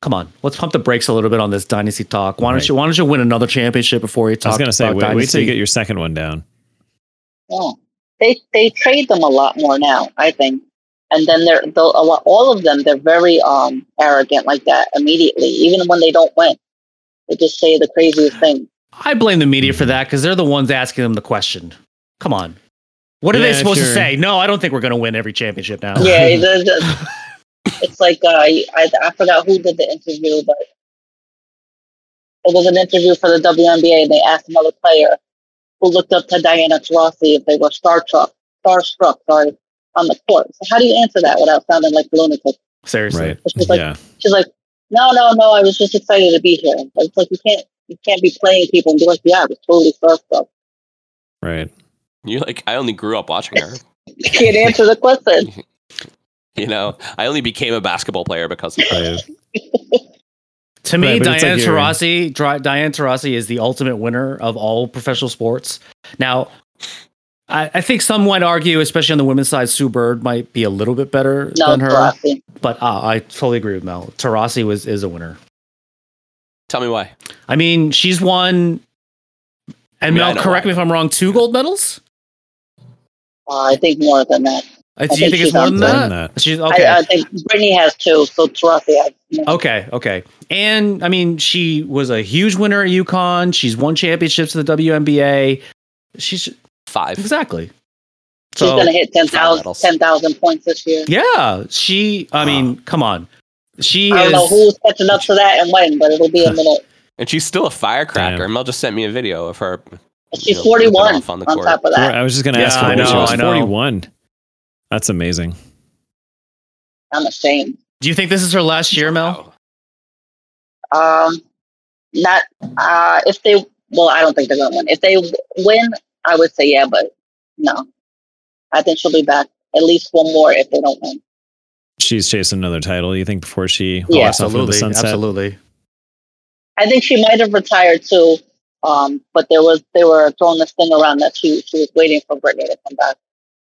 S2: come on, let's pump the brakes a little bit on this dynasty talk. Why don't
S5: Right.
S2: you Why don't you win another championship before you
S5: I was
S2: talk
S5: gonna say,
S2: about
S5: wait, wait till
S2: dynasty?
S5: you get your second one down.
S3: Yeah. They they trade them a lot more now, I think. And then they're they'll- a lot, all of them. They're very um, arrogant like that immediately, even when they don't win. They just say the craziest thing.
S2: I blame the media for that because they're the ones asking them the question. Come on. What are they
S5: Yeah,
S2: supposed to
S5: sure.
S2: say? No, I don't think we're going to win every championship now.
S3: Yeah, it- it's, just- it's like uh, I I forgot who did the interview, but it was an interview for the WNBA, and they asked another player who looked up to Diana Taurasi if they were starstruck, starstruck, sorry, on the court. So how do you answer that without sounding like a lunatic?
S2: Seriously.
S5: Right.
S3: It's just like-
S5: yeah.
S3: She's like, no, no, no. I was just excited to be here. But It's like you can't, you can't be playing people and be like, yeah, I was totally starstruck.
S5: Right.
S4: You're like, I only grew up watching her.
S3: You can't answer the question.
S4: You know, I only became a basketball player because of her.
S5: Right.
S2: To me,
S5: Right, but it's
S2: Diana
S5: like you're-
S2: Taurasi, Dri- Diana Taurasi is the ultimate winner of all professional sports. Now, I, I think some might argue, especially on the women's side, Sue Bird might be a little bit better
S3: No,
S2: than her.
S3: Taurasi.
S2: But uh, I totally agree with Mel. Taurasi was is a winner.
S4: Tell me why.
S2: I mean, she's won. And
S4: Yeah, I
S2: Mel,
S4: know
S2: correct
S4: why.
S2: me if I'm wrong. Two gold medals.
S3: Uh, I think more than that.
S2: Uh, Do you think
S3: think
S2: it's
S3: she's
S2: more than
S5: More than
S2: that?
S5: that.
S2: She's okay.
S3: I, uh, I think Brittany has two, so Taurasi has. You know,
S2: Okay, okay. And I mean, she was a huge winner at UConn. She's won championships in the WNBA. She's
S4: Five.
S2: exactly.
S3: she's
S2: So
S3: gonna hit 10,000
S4: medals.
S3: 10,000 points this year.
S2: yeah, she. I mean, come on. She
S3: I
S2: is.
S3: don't know who's catching up to that and when, but it'll be a minute.
S4: And she's still a firecracker.
S5: Damn.
S4: Mel just sent me a video of her.
S3: She's
S4: Yeah,
S3: 41
S4: off
S3: on,
S4: on the court.
S3: top of
S5: Four-
S3: that.
S5: I was just gonna
S2: Yeah,
S5: ask
S2: I
S5: for
S2: know,
S5: she was
S2: I know.
S5: forty-one. That's amazing.
S3: I'm ashamed.
S2: do you think this is her last year, Mel?
S4: Wow.
S3: Um, not uh, if they. Well, I don't think they're gonna win. If they w- win, I would say yeah, but no. I think she'll be back at least one more if they don't win.
S5: She's chasing another title. You think before she
S3: Yeah.
S5: walks off into the sunset?
S2: absolutely.
S3: I think she might have retired too. Um, but there was they were throwing this thing around that she she was waiting for Brittany to come back.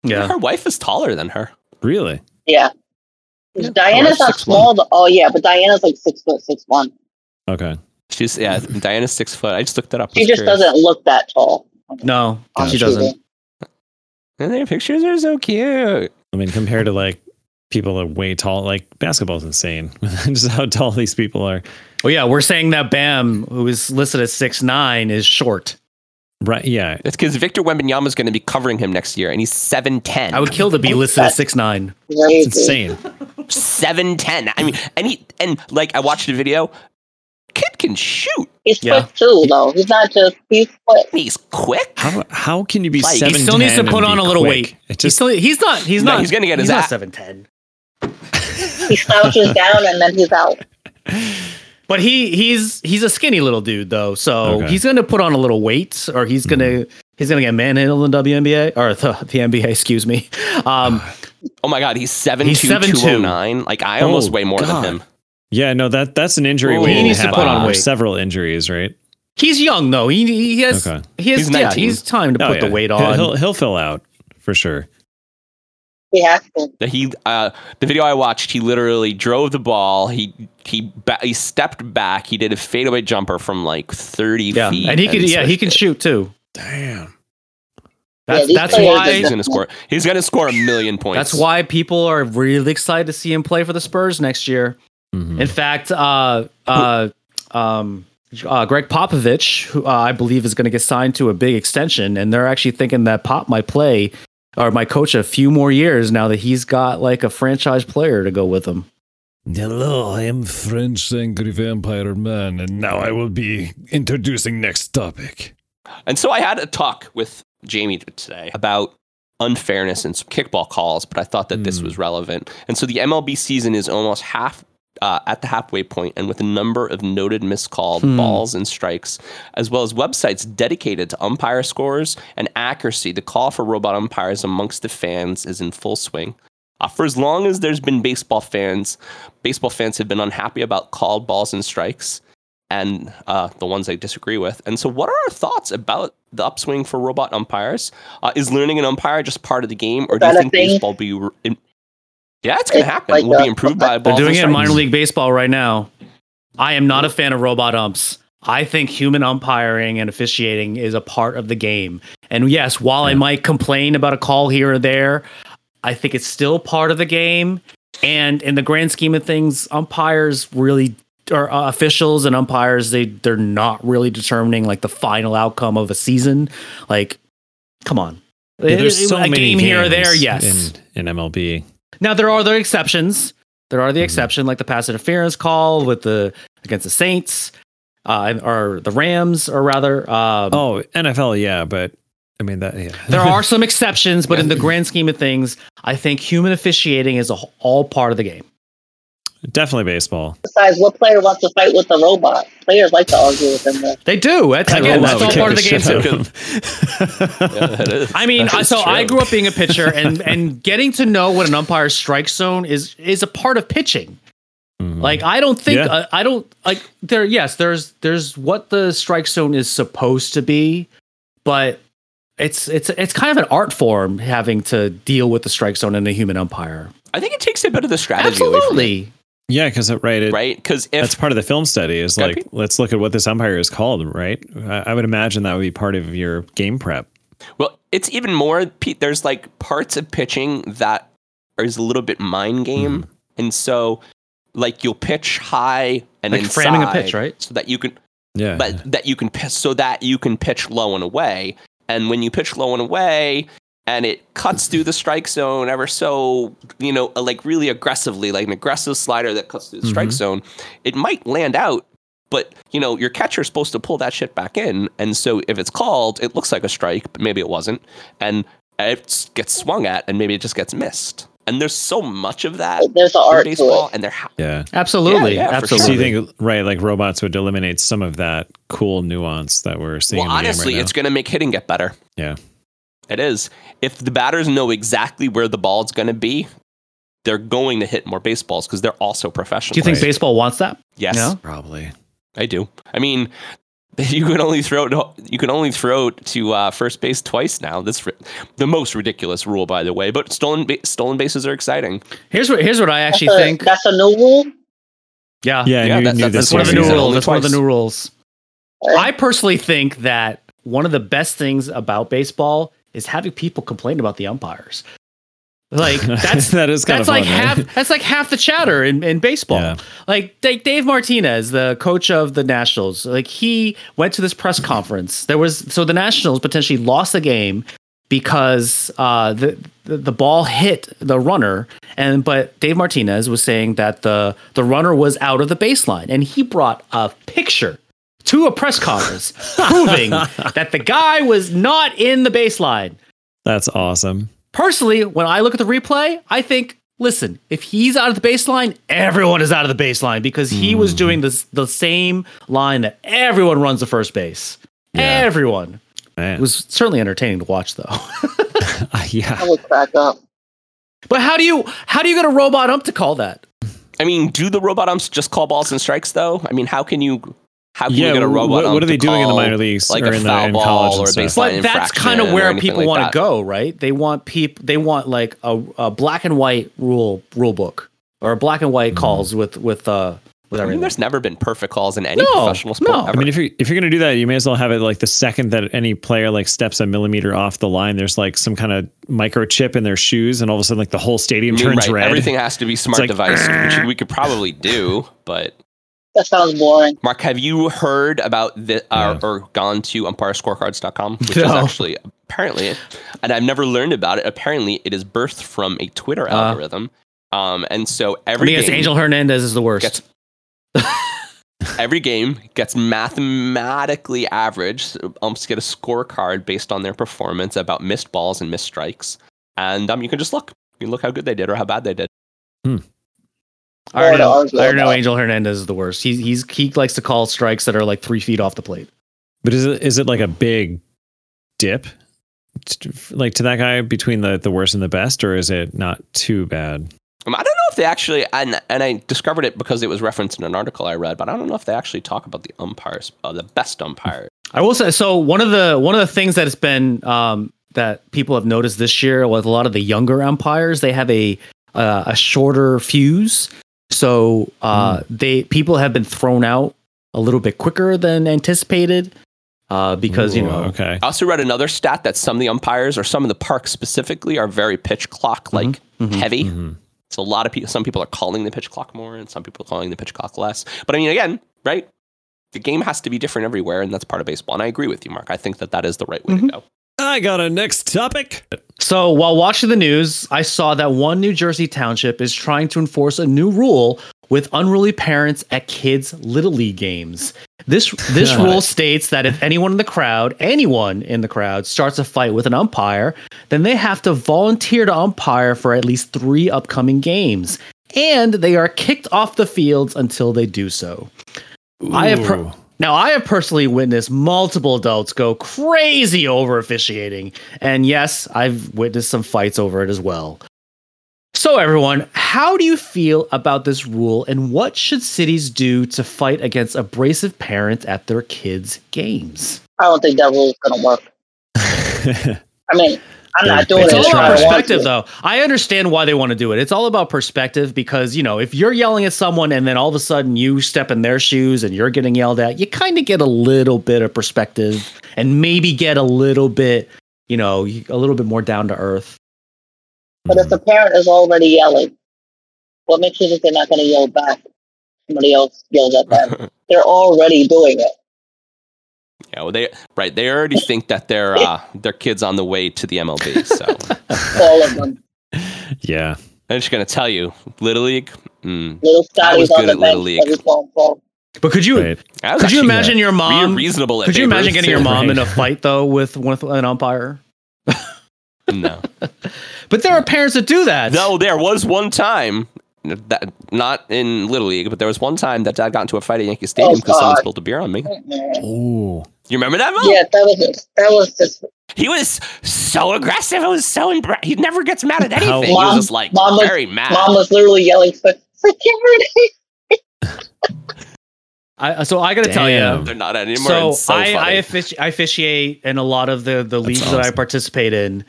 S2: Yeah,
S4: Her wife is taller than her.
S5: Really?
S3: Yeah. Diana's not small. Though. Oh yeah, but Diana's like six foot six one.
S5: Okay.
S4: She's yeah. Diana's six foot. I just looked that up.
S3: She
S4: Was
S3: just
S4: curious.
S3: doesn't look that tall.
S2: no,
S3: on
S2: she
S3: TV.
S2: doesn't.
S4: And their pictures are so cute.
S5: I mean, compared to like people that are way tall, like basketball's insane. Just how tall these people are.
S2: Well, yeah, we're saying that Bam, who is listed as six nine, is short.
S5: Right? Yeah.
S4: That's because Victor Wembanyama is going to be covering him next year, and he's seven ten.
S2: I would kill to be listed as six nine.
S3: Crazy.
S5: It's insane.
S4: seven ten. I mean, and he and like I watched the video. Kid can shoot.
S3: He's
S2: Yeah.
S3: quick too, though. He's not just he's quick.
S4: He's quick.
S5: How how can you be
S4: Like, he
S5: seven?
S2: He still needs to put on a little weight.
S5: It
S2: he's
S5: just
S2: still. He's not. He's
S4: No,
S2: not.
S4: he's gonna get his
S2: he's not
S4: ass-
S2: seven ten.
S3: He slouches down and then he's out.
S2: But he he's he's a skinny little dude though, so
S5: Okay. Hmm.
S2: he's gonna put on a little weight, or he's gonna he's gonna get manhandled in the WNBA or the, the NBA, excuse me. Um,
S4: Oh my god, he's seven
S2: He's
S4: two
S2: seven, two.
S4: two oh nine. Like I almost
S5: Oh,
S4: weigh more
S5: God.
S4: than him.
S5: yeah. No, that that's an injury.
S4: Whoa.
S5: waiting
S4: He needs to
S5: happen.
S4: put on
S5: Or
S2: weight.
S5: Several injuries, right?
S2: he's young though. He he has
S5: Okay.
S2: he has
S4: He's
S2: yeah,
S4: 19.
S2: he's time to
S5: Oh,
S2: put the
S5: yeah.
S2: weight
S5: He'll-
S2: on.
S5: He'll he'll fill out for sure.
S3: He has to.
S4: That He uh, the video I watched, he literally drove the ball. He he ba- he stepped back. He did a fadeaway jumper from like thirty
S2: yeah,
S4: feet.
S2: and he could yeah he
S4: switched
S2: can
S4: it.
S2: shoot too.
S5: Damn.
S4: That's,
S3: these
S4: that's
S3: players
S4: why
S3: are
S4: he's going to score. He's going to score a million points.
S2: That's why people are really excited to see him play for the Spurs next year.
S5: Mm-hmm.
S2: In fact, uh, uh, um, uh, Greg Popovich, who uh, I believe is going to get signed to a big extension, and they're actually thinking that Pop might play or might coach a few more years now that he's got like a franchise player to go with him.
S7: Hello, I am French Angry Vampire Man, and now I will be introducing next topic.
S4: And so I had a talk with Jamie today about unfairness in kickball calls, but I thought that this
S5: Hmm.
S4: was relevant. And so the MLB season is almost half uh, at the halfway point, and with a number of noted miscalled
S2: Hmm.
S4: balls and strikes, as well as websites dedicated to umpire scores and accuracy, the call for robot umpires amongst the fans is in full swing. Uh, for as long as there's been baseball fans, baseball fans have been unhappy about called balls and strikes and uh, the ones I disagree with. And so, what are our thoughts about the upswing for robot umpires? Uh, is learning an umpire just part of the game, or do
S3: That
S4: you
S3: a
S4: think
S3: thing?
S4: baseball be? Re- im- yeah, it's going to
S3: It's
S4: happen.
S3: like
S4: we'll
S3: a-
S4: be improved by
S2: They're
S4: balls.
S2: doing
S4: and
S2: it in
S4: strikes.
S2: minor league baseball right now. I am not a fan of robot umps. I think human umpiring and officiating is a part of the game. And yes, while I might complain about a call here or there, I think it's still part of the game. And in the grand scheme of things, umpires really or uh, officials and umpires they they're not really determining like the final outcome of a season. Like, come on,
S5: Yeah, there's so
S2: uh, a
S5: many
S2: game here or there.
S5: games
S2: Yes,
S5: in, in MLB.
S2: now there are the exceptions. There
S4: Mm-hmm.
S2: are the exception, like the pass interference call with the against the Saints, uh, or the Rams, or rather. Um,
S5: Oh, NFL, yeah, but I mean that. Yeah,
S2: There are some exceptions, but in the grand scheme of things, I think human officiating is a, wh- all part of the game.
S5: definitely baseball.
S3: Besides, what player wants to fight with the robot? Players like to argue with them. though.
S2: They do. That's, again,
S5: Robot
S2: that's
S5: would
S2: all part
S5: kick
S2: of the game
S5: shit
S2: too.
S5: out of
S4: Yeah,
S5: him.
S4: that is-
S2: I mean,
S4: that
S2: I-
S4: is
S2: so I
S4: true.
S2: grew up being a pitcher, and and getting to know what an umpire's strike zone is is a part of pitching.
S5: Mhm.
S2: Like I don't think
S5: Yeah.
S2: uh, I don't like there. Yes, there's there's what the strike zone is supposed to be, but it's it's it's kind of an art form having to deal with the strike zone and a human umpire.
S4: I think it takes a bit of the strategy away
S2: Absolutely,
S5: yeah, because right,
S4: from it,
S5: it,
S4: right? Because
S5: that's
S4: if
S5: part of the film study is
S4: Gotta
S5: like let's look at what this umpire is called right I, I would imagine that would be part of your game prep
S4: well, it's even more. Pete, there's like parts of pitching that is a little bit mind game,
S2: Hmm.
S4: and so like you'll pitch high and
S2: Like
S4: inside
S2: framing a pitch, right?
S4: So that you can
S5: yeah
S4: but that you can pitch so that you can pitch low and away. And when you pitch low and away, and it cuts through the strike zone ever so, you know, uh, like really aggressively, like an aggressive slider that cuts through the strike
S5: Mhm.
S4: zone, it might land out. But you know, your catcher's supposed to pull that shit back in, and so if it's called, it looks like a strike, but maybe it wasn't, and it gets swung at, and maybe it just gets missed. And there's so much of that
S3: There's an
S4: in
S3: Oh, art to
S4: baseball,
S3: it.
S4: and there ha-
S5: yeah
S2: absolutely,
S4: Yeah, yeah, for sure.
S5: so you
S2: absolutely.
S5: think right like robots would eliminate some of that cool nuance that we're seeing
S4: Well,
S5: in the
S4: honestly,
S5: game right
S4: it's going to make hitting get better.
S5: Yeah.
S4: It is. If the batters know exactly where the ball's going to be, they're going to hit more baseballs because they're also professional.
S2: Do you think baseball wants that?
S4: Yes,
S2: No?
S5: now. probably
S4: I do. I mean, you can only throw to, you can only throw to uh, first base twice now. That's ri- the most ridiculous rule, by the way. But stolen ba- stolen bases are exciting.
S2: Here's what here's what I actually
S3: that's a,
S2: think.
S3: that's a new rule.
S2: Uh, Yeah,
S5: yeah,
S4: Yeah,
S5: yeah
S4: that- that's
S2: That's one of the new
S4: Yeah.
S2: rules.
S4: Only
S2: That's one of the
S4: twice.
S2: new rules. I personally think that one of the best things about baseball is having people complain about the umpires. Like that's
S5: that is kind
S2: that's
S5: of
S2: like
S5: fun,
S2: half
S5: right?
S2: that's like half the chatter in, in baseball.
S5: Yeah.
S2: Like Dave, Dave Martinez, the coach of the Nationals, like he went to this press conference. There was so the Nationals potentially lost the game because uh, the, the the ball hit the runner, and but Dave Martinez was saying that the the runner was out of the baseline, and he brought a picture to a press conference proving that the guy was not in the baseline
S5: that's awesome
S2: personally, when I look at the replay, I think, listen, if he's out of the baseline, everyone is out of the baseline because he
S4: Hmm.
S2: was doing this the same line that everyone runs to first base.
S5: Yeah.
S2: Everyone. It
S5: man
S2: was certainly entertaining to watch though.
S5: yeah
S3: I would crack up.
S2: but how do you how do you get a robot ump to call that?
S4: I mean, do the robot umps just call balls and strikes though? I mean, how can you how can
S5: yeah
S4: you get a
S5: wh-
S4: robot?
S5: what,
S4: ump
S5: what are they
S4: to
S5: doing in the
S4: call-
S5: minor leagues
S4: like
S5: or
S4: a
S5: in, the,
S4: foul
S5: in
S4: ball
S5: college
S4: or a
S5: and stuff?
S4: baseline?
S2: But that's
S4: infraction
S2: kind of
S4: or
S2: where
S4: anything
S2: people
S4: like
S2: want
S4: that.
S2: to go, right? They want people they want like
S4: Hmm.
S2: a, a black and white rule rule book or black and white calls with with uh with
S4: I mean,
S2: everything.
S4: there's never been perfect calls in any
S2: No,
S4: professional sport
S2: no. I
S4: ever.
S5: I mean, if you're if you're gonna do that, you may as well have it like the second that any player like steps a millimeter off the line. There's like some kind of microchip in their shoes, and all of a sudden, like the whole stadium
S4: I mean,
S5: turns
S4: right,
S5: red.
S4: Everything has to be smart
S5: like,
S4: device, which we could probably do. But
S3: That sounds boring.
S4: Mark, have you heard about the uh,
S7: Yeah.
S4: or gone to umpirescorecards.com, which is
S2: No.
S4: actually apparently, and I've never learned about it. Apparently, it is birthed from a Twitter
S2: Uh.
S4: algorithm. Um, and so
S2: I
S4: every
S2: think it's
S4: game-
S2: Angel Hernandez is the worst.
S4: Gets- every game gets mathematically averaged. Umps get a scorecard based on their performance about missed balls and missed strikes, and um, you can just look. You can look how good they did or how bad they did.
S2: I already know,
S3: Florida
S2: I already know
S3: Argo.
S2: Angel Hernandez is the worst. He's he's he likes to call strikes that are like three feet off the plate.
S5: But is it is it like a big dip, t- like to that guy between the the worst and the best, or is it not too bad?
S4: Um, I don't know if they actually, and and I discovered it because it was referenced in an article I read, but I don't know if they actually talk about the umpires, uh, the best umpire.
S2: I will say so. One of the one of the things that has been um, that people have noticed this year with a lot of the younger umpires, they have a uh, a shorter fuse, so uh, they people have been thrown out a little bit quicker than anticipated uh, because you
S5: Ooh,
S2: know
S5: okay,
S4: I also read another stat that some of the umpires, or some of the parks specifically, are very pitch clock like
S2: mhm,
S4: heavy.
S5: Mhm.
S4: So a lot of people, some people are calling the pitch clock more, and some people are calling the pitch clock less. But I mean, again, right? The game has to be different everywhere, and that's part of baseball. And I agree with you, Mark. I think that that is the right way to go.
S5: I got a next topic.
S2: So while watching the news, I saw that one New Jersey township is trying to enforce a new rule with unruly parents at kids' little league games. This this rule states that if anyone in the crowd, anyone in the crowd starts a fight with an umpire, then they have to volunteer to umpire for at least 3 upcoming games and they are kicked off the fields until they do so. I have per-
S5: Ooh.
S2: now I have personally witnessed multiple adults go crazy over officiating, and yes, I've witnessed some fights over it as well. So everyone, how do you feel about this rule and what should cities do to fight against abrasive parents at their kids' games?
S3: I don't think that rule's gonna work. I mean, I'm
S5: Yeah,
S3: not doing
S2: It's
S3: it.
S2: all
S3: if I
S2: about
S3: don't want
S2: perspective
S3: to.
S2: though. I understand why they want to do it. It's all about perspective because, you know, if you're yelling at someone and then all of a sudden you step in their shoes and you're getting yelled at, you kind of get a little bit of perspective and maybe get a little bit, you know, you- a little bit more down to earth.
S3: But
S5: Mm-hmm. Mm.
S3: if the parent is already yelling, what makes you think they're not gonna yell back? Somebody else yells at them. they're already doing it.
S4: You know, they right. They already think that their uh, their kids on the way to the MLB. So
S3: All of them.
S5: yeah,
S4: I'm just gonna tell you, Little League. Mm,
S3: Little Scotty's
S4: good
S3: on the
S4: at Little
S3: bench
S4: League.
S3: every phone call.
S2: But could you
S5: right.
S4: I was
S2: could you
S4: actually
S2: imagine your
S4: re-
S2: mom
S4: reasonable? at
S2: Could you
S4: Babe
S2: imagine
S4: Ruth,
S2: getting your
S4: too.
S2: mom in a
S5: Right.
S2: fight though with with an umpire?
S4: No.
S2: But there are parents that do that.
S4: No, there was one time that not in Little League, but there was one time that Dad got into a fight at Yankee Stadium because someone
S3: Oh, God.
S4: spilled a beer on me.
S3: Mm-mm.
S5: Ooh,
S4: You remember that? Mo?
S3: Yeah, that was that was just
S4: He was so aggressive. It was so imbra- he never gets mad at anything.
S5: How-
S4: he was
S3: Mom-
S4: just like
S3: Mom was-
S4: very mad.
S3: mom was literally yelling for security.
S2: I, so I got to tell you,
S5: Damn.
S4: They're not anymore.
S2: so,
S4: it's so
S2: I, I,
S4: funny.
S2: offici- I officiate in a lot of the the leagues that I
S5: awesome.
S2: participate in,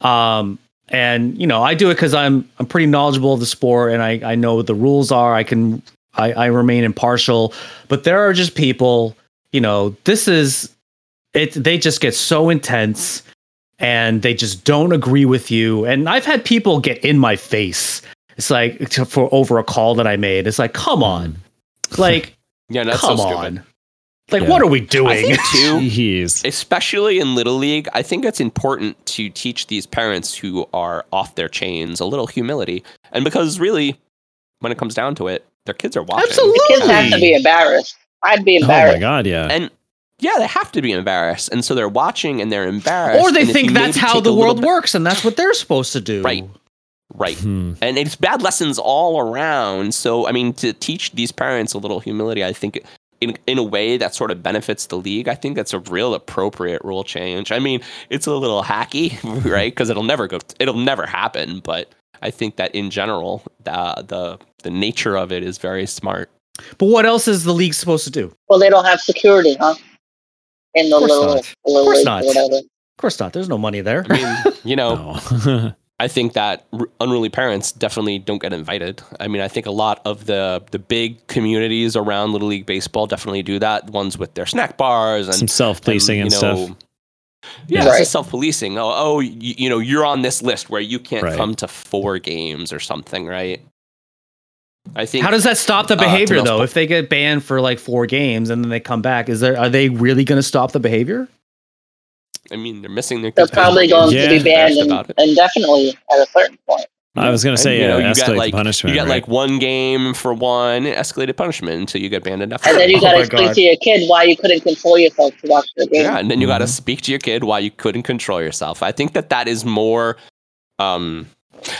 S2: um, and you know I do it because I'm I'm pretty knowledgeable of the sport and I I know what the rules are. I can I, I remain impartial, but there are just people. You know, this is it. They just get so intense, and they just don't agree with you. And I've had people get in my face. It's like to, for over a call that I made. It's like, come on,
S4: Hmm.
S2: like.
S4: yeah, that's
S2: Come
S4: so stupid.
S2: on. Like,
S5: Yeah.
S2: what are we doing?
S4: I think too,
S5: jeez.
S4: especially in little league, I think it's important to teach these parents who are off their chains a little humility, and because really, when it comes down to it, their kids are watching.
S2: Absolutely.
S3: The kids have to be embarrassed. I'd be
S5: Oh my
S3: embarrassed.
S5: god, yeah.
S4: and yeah, they have to be embarrassed, and so they're watching and they're embarrassed,
S2: or they
S4: and if
S2: think
S4: you
S2: that's
S4: maybe
S2: how
S4: take
S2: the
S4: a little
S2: world
S4: bit-
S2: works and that's what they're supposed to do.
S4: Right. right?
S5: Hmm.
S4: And it's bad lessons all around. So I mean, to teach these parents a little humility, I think. In, in a way that sort of benefits the league, I think that's a real appropriate rule change. I mean, it's a little hacky, right? Because it'll never go, it'll never happen. But I think that in general, the the the nature of it is very smart.
S2: But what else is the league supposed to do? Of
S3: Well, they don't have security, huh? In the
S2: Of course
S3: little,
S2: not.
S3: little
S2: course
S3: league
S2: not.
S3: or whatever.
S2: course not. There's no money there.
S4: I mean, you know,
S5: Oh.
S4: I think that r- unruly parents definitely don't get invited. I mean, I think a lot of the the big communities around Little League baseball definitely do that. Ones with their snack bars and
S5: Some self policing and,
S4: you
S5: stuff.
S4: know, Yeah, it's
S3: Right.
S4: just self-policing. Oh, oh, you, you know, you're on this list where you can't
S5: Right.
S4: come to four games or something, right? I think
S2: How does that stop the
S4: Uh, to
S2: behavior
S4: Mel's
S2: though?
S4: point-
S2: If they get banned for like four games and then they come back, is there are they really going to stop the behavior?
S4: I mean they're missing their.
S3: They're probably going
S5: Yeah.
S3: to be banned
S4: Embarrassed
S3: in,
S4: about it.
S3: indefinitely at a certain point.
S5: I was gonna
S4: And,
S5: say,
S4: you know,
S5: uh,
S4: you
S5: escalate
S4: got
S5: the
S4: like
S5: punishment,
S4: You got
S5: right?
S4: like one game for one escalated punishment until you get banned enough.
S3: And then you
S2: Oh
S3: got to
S2: my
S3: explain
S2: God.
S3: to your kid why you couldn't control yourself to watch the game.
S4: Yeah, and then you got to
S5: Mhm.
S4: speak to your kid why you couldn't control yourself. I think that that is more. Um,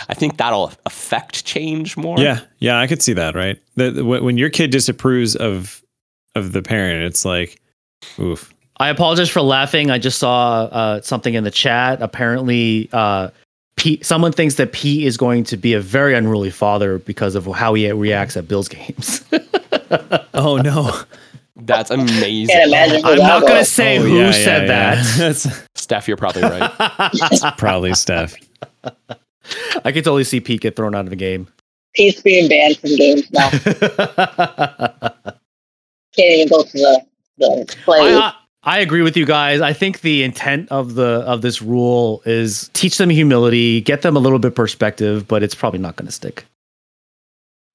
S4: I think that'll affect change more.
S5: Yeah, yeah, I could see that. Right, that wh- when your kid disapproves of of the parent, it's like, oof.
S2: I apologize for laughing. I just saw uh, something in the chat. Apparently, uh, Pete, someone thinks that Pete is going to be a very unruly father because of how he reacts at Bills games.
S5: Oh no,
S4: that's
S3: Can't
S4: amazing.
S3: imagine. who
S2: I'm
S3: that
S2: not going to
S3: was.
S2: say
S5: Oh,
S2: who
S5: yeah,
S2: said
S5: yeah,
S2: that.
S5: yeah. That's
S4: Steph, you're probably right.
S5: probably Steph.
S2: I could totally see Pete get thrown out of the game.
S3: Pete's being banned from games now. Can't even go to the, the play.
S2: I, uh, I agree with you guys. I think the intent of the of this rule is teach them humility, get them a little bit perspective, but it's probably not going to stick.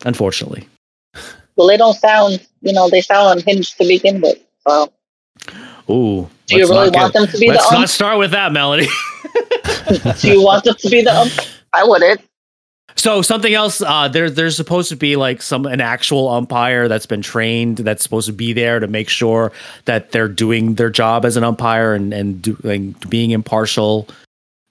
S2: Unfortunately.
S3: well, they don't sound, you know, they sound unhinged to begin with. So,
S2: Ooh.
S3: do you
S2: let's
S3: really
S2: not
S3: want
S2: get-
S3: them to be the
S2: Let's
S3: ump?
S2: not start with that, Melody.
S3: do you want them to be the ump? I wouldn't.
S2: So something else, uh, there, there's supposed to be like some an actual umpire that's been trained that's supposed to be there to make sure that they're doing their job as an umpire and and do, like, being impartial.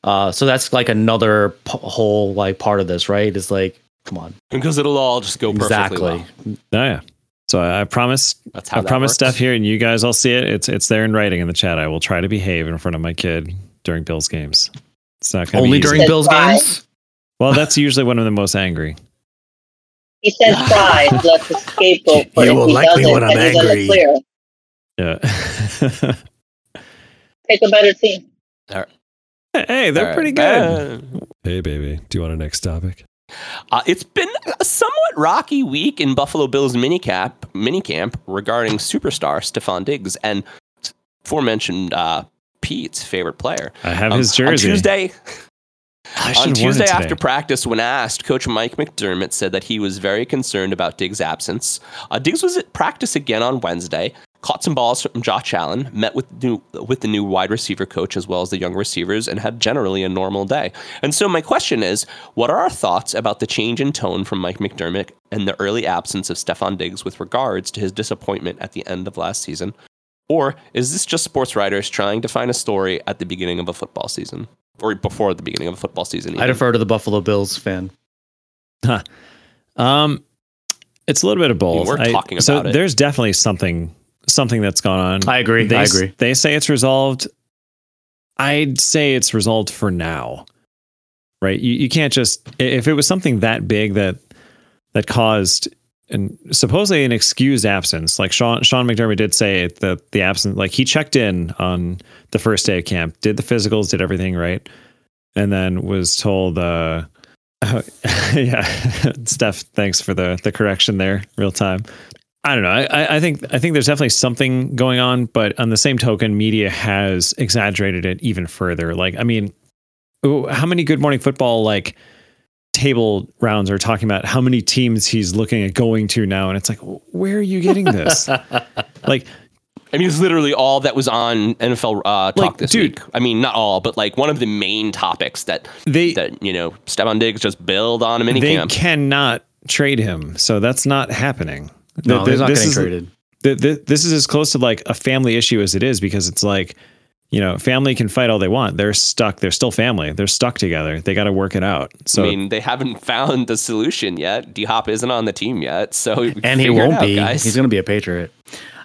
S2: Uh, so that's like another p- whole like part of this, right? Is like, come on,
S4: because it'll all just go perfectly
S2: exactly.
S4: well.
S5: Oh, yeah. So I, I promise,
S4: That's how
S5: I
S4: that
S5: promise
S4: works.
S5: Steph here, and you guys all see it. It's it's there in writing in the chat. I will try to behave in front of my kid during Bill's games. It's not gonna
S2: Only
S5: be easy.
S2: during
S3: Said
S2: Bills
S3: why.
S2: games.
S5: Well, that's usually when I'm the most angry.
S3: He says pride, that's a scapegoat. But
S2: You
S3: if
S2: will
S3: he
S2: like me
S3: doesn't,
S2: when I'm
S3: then he's in the
S2: angry.
S3: clear.
S5: Yeah.
S3: Pick a better team.
S5: hey, they're
S4: All right.
S5: pretty good.
S4: Uh,
S7: Hey, baby, do you want our next topic?
S4: Uh, it's been a somewhat rocky week in Buffalo Bills minicap minicamp regarding superstar Stephon Diggs and aforementioned uh, Pete's favorite player.
S5: I have
S4: Um,
S5: his jersey.
S4: on Tuesday.
S5: I
S4: On
S5: should've worn it
S4: Tuesday
S5: today.
S4: after practice, when asked, Coach Mike McDermott said that he was very concerned about Diggs' absence. Uh, Diggs was at practice again on Wednesday, caught some balls from Josh Allen, met with new, with the new wide receiver coach as well as the young receivers, and had generally a normal day. And so my question is, what are our thoughts about the change in tone from Mike McDermott and the early absence of Stefan Diggs with regards to his disappointment at the end of last season? Or is this just sports writers trying to find a story at the beginning of a football season? Or before the beginning of a football season.
S2: I
S4: even?
S2: defer to the Buffalo Bills fan.
S5: Um, it's a little bit of both.
S4: We're
S5: I-
S4: talking
S5: so
S4: about it.
S5: there's definitely something something that's gone on.
S2: I agree.
S5: They,
S2: I
S5: s-
S2: agree.
S5: They say it's resolved. I'd say it's resolved for now. Right? You you can't just i- if it was something that big that that caused and supposedly an excused absence. Like Sean Sean McDermott did say that the absence like he checked in on the first day of camp, did the physicals, did everything right, and then was told uh yeah, Steph. Thanks for the the correction there, real time. I don't know. I- I, I think I think there's definitely something going on, but on the same token, media has exaggerated it even further. Like, I mean, ooh, how many Good Morning Football like table rounds are talking about how many teams he's looking at going to now, and it's like, where are you getting this? like,
S4: I mean, it's literally all that was on NFL uh, talk
S5: Like,
S4: this
S5: dude.
S4: week. I mean, not all, but like one of the main topics that
S5: they
S4: that you know Stephon Diggs just build on a
S5: they
S4: minicamp.
S5: cannot trade him, so that's not happening.
S2: No,
S5: Th-
S2: they're
S5: th-
S2: not
S5: this
S2: getting
S5: is-
S2: traded.
S5: th- th- this is as close to like a family issue as it is because it's like you know family can fight all they want they're stuck they're still family they're stuck together they got to work it out so
S4: I mean, they haven't found the solution yet. D Hop isn't on the team yet, so
S2: And he
S4: figure it
S2: won't
S4: out,
S2: be.
S4: Guys.
S2: He's going to be a Patriot.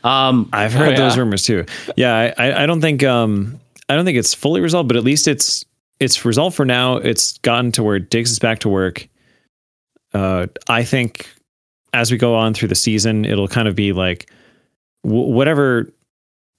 S2: Um,
S5: i've heard
S4: Oh,
S5: those
S4: yeah.
S5: rumors too yeah I, I i don't think um i don't think it's fully resolved but at least it's it's resolved for now it's gotten to where diggs is back to work uh i think as we go on through the season it'll kind of be like w- whatever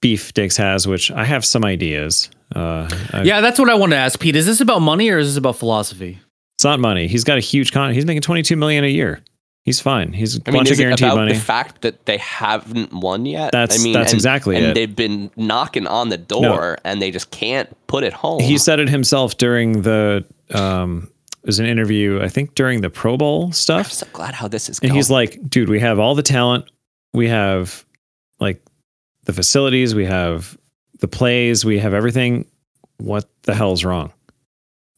S5: Beef Dix has, which I have some ideas. Uh, I-
S2: Yeah, that's what I want to ask, Pete. Is this about money or is this about philosophy?
S5: It's not money. He's got a huge con. He's making 22 million a year. He's fine. He's a
S4: I mean,
S5: bunch of
S4: is it
S5: guaranteed
S4: about
S5: money.
S4: the fact that they haven't won yet?
S5: That's-
S4: I mean,
S5: that's
S4: and-
S5: exactly
S4: and
S5: it.
S4: they've been knocking on the door, and they just can't put it home.
S5: he said it himself during the um it was an interview, I think during the Pro Bowl
S4: I'm
S5: stuff.
S4: so glad how this is
S5: And
S4: going.
S5: he's like, dude, we have all the talent. We have like the facilities, we have the plays, we have everything. What the hell's wrong?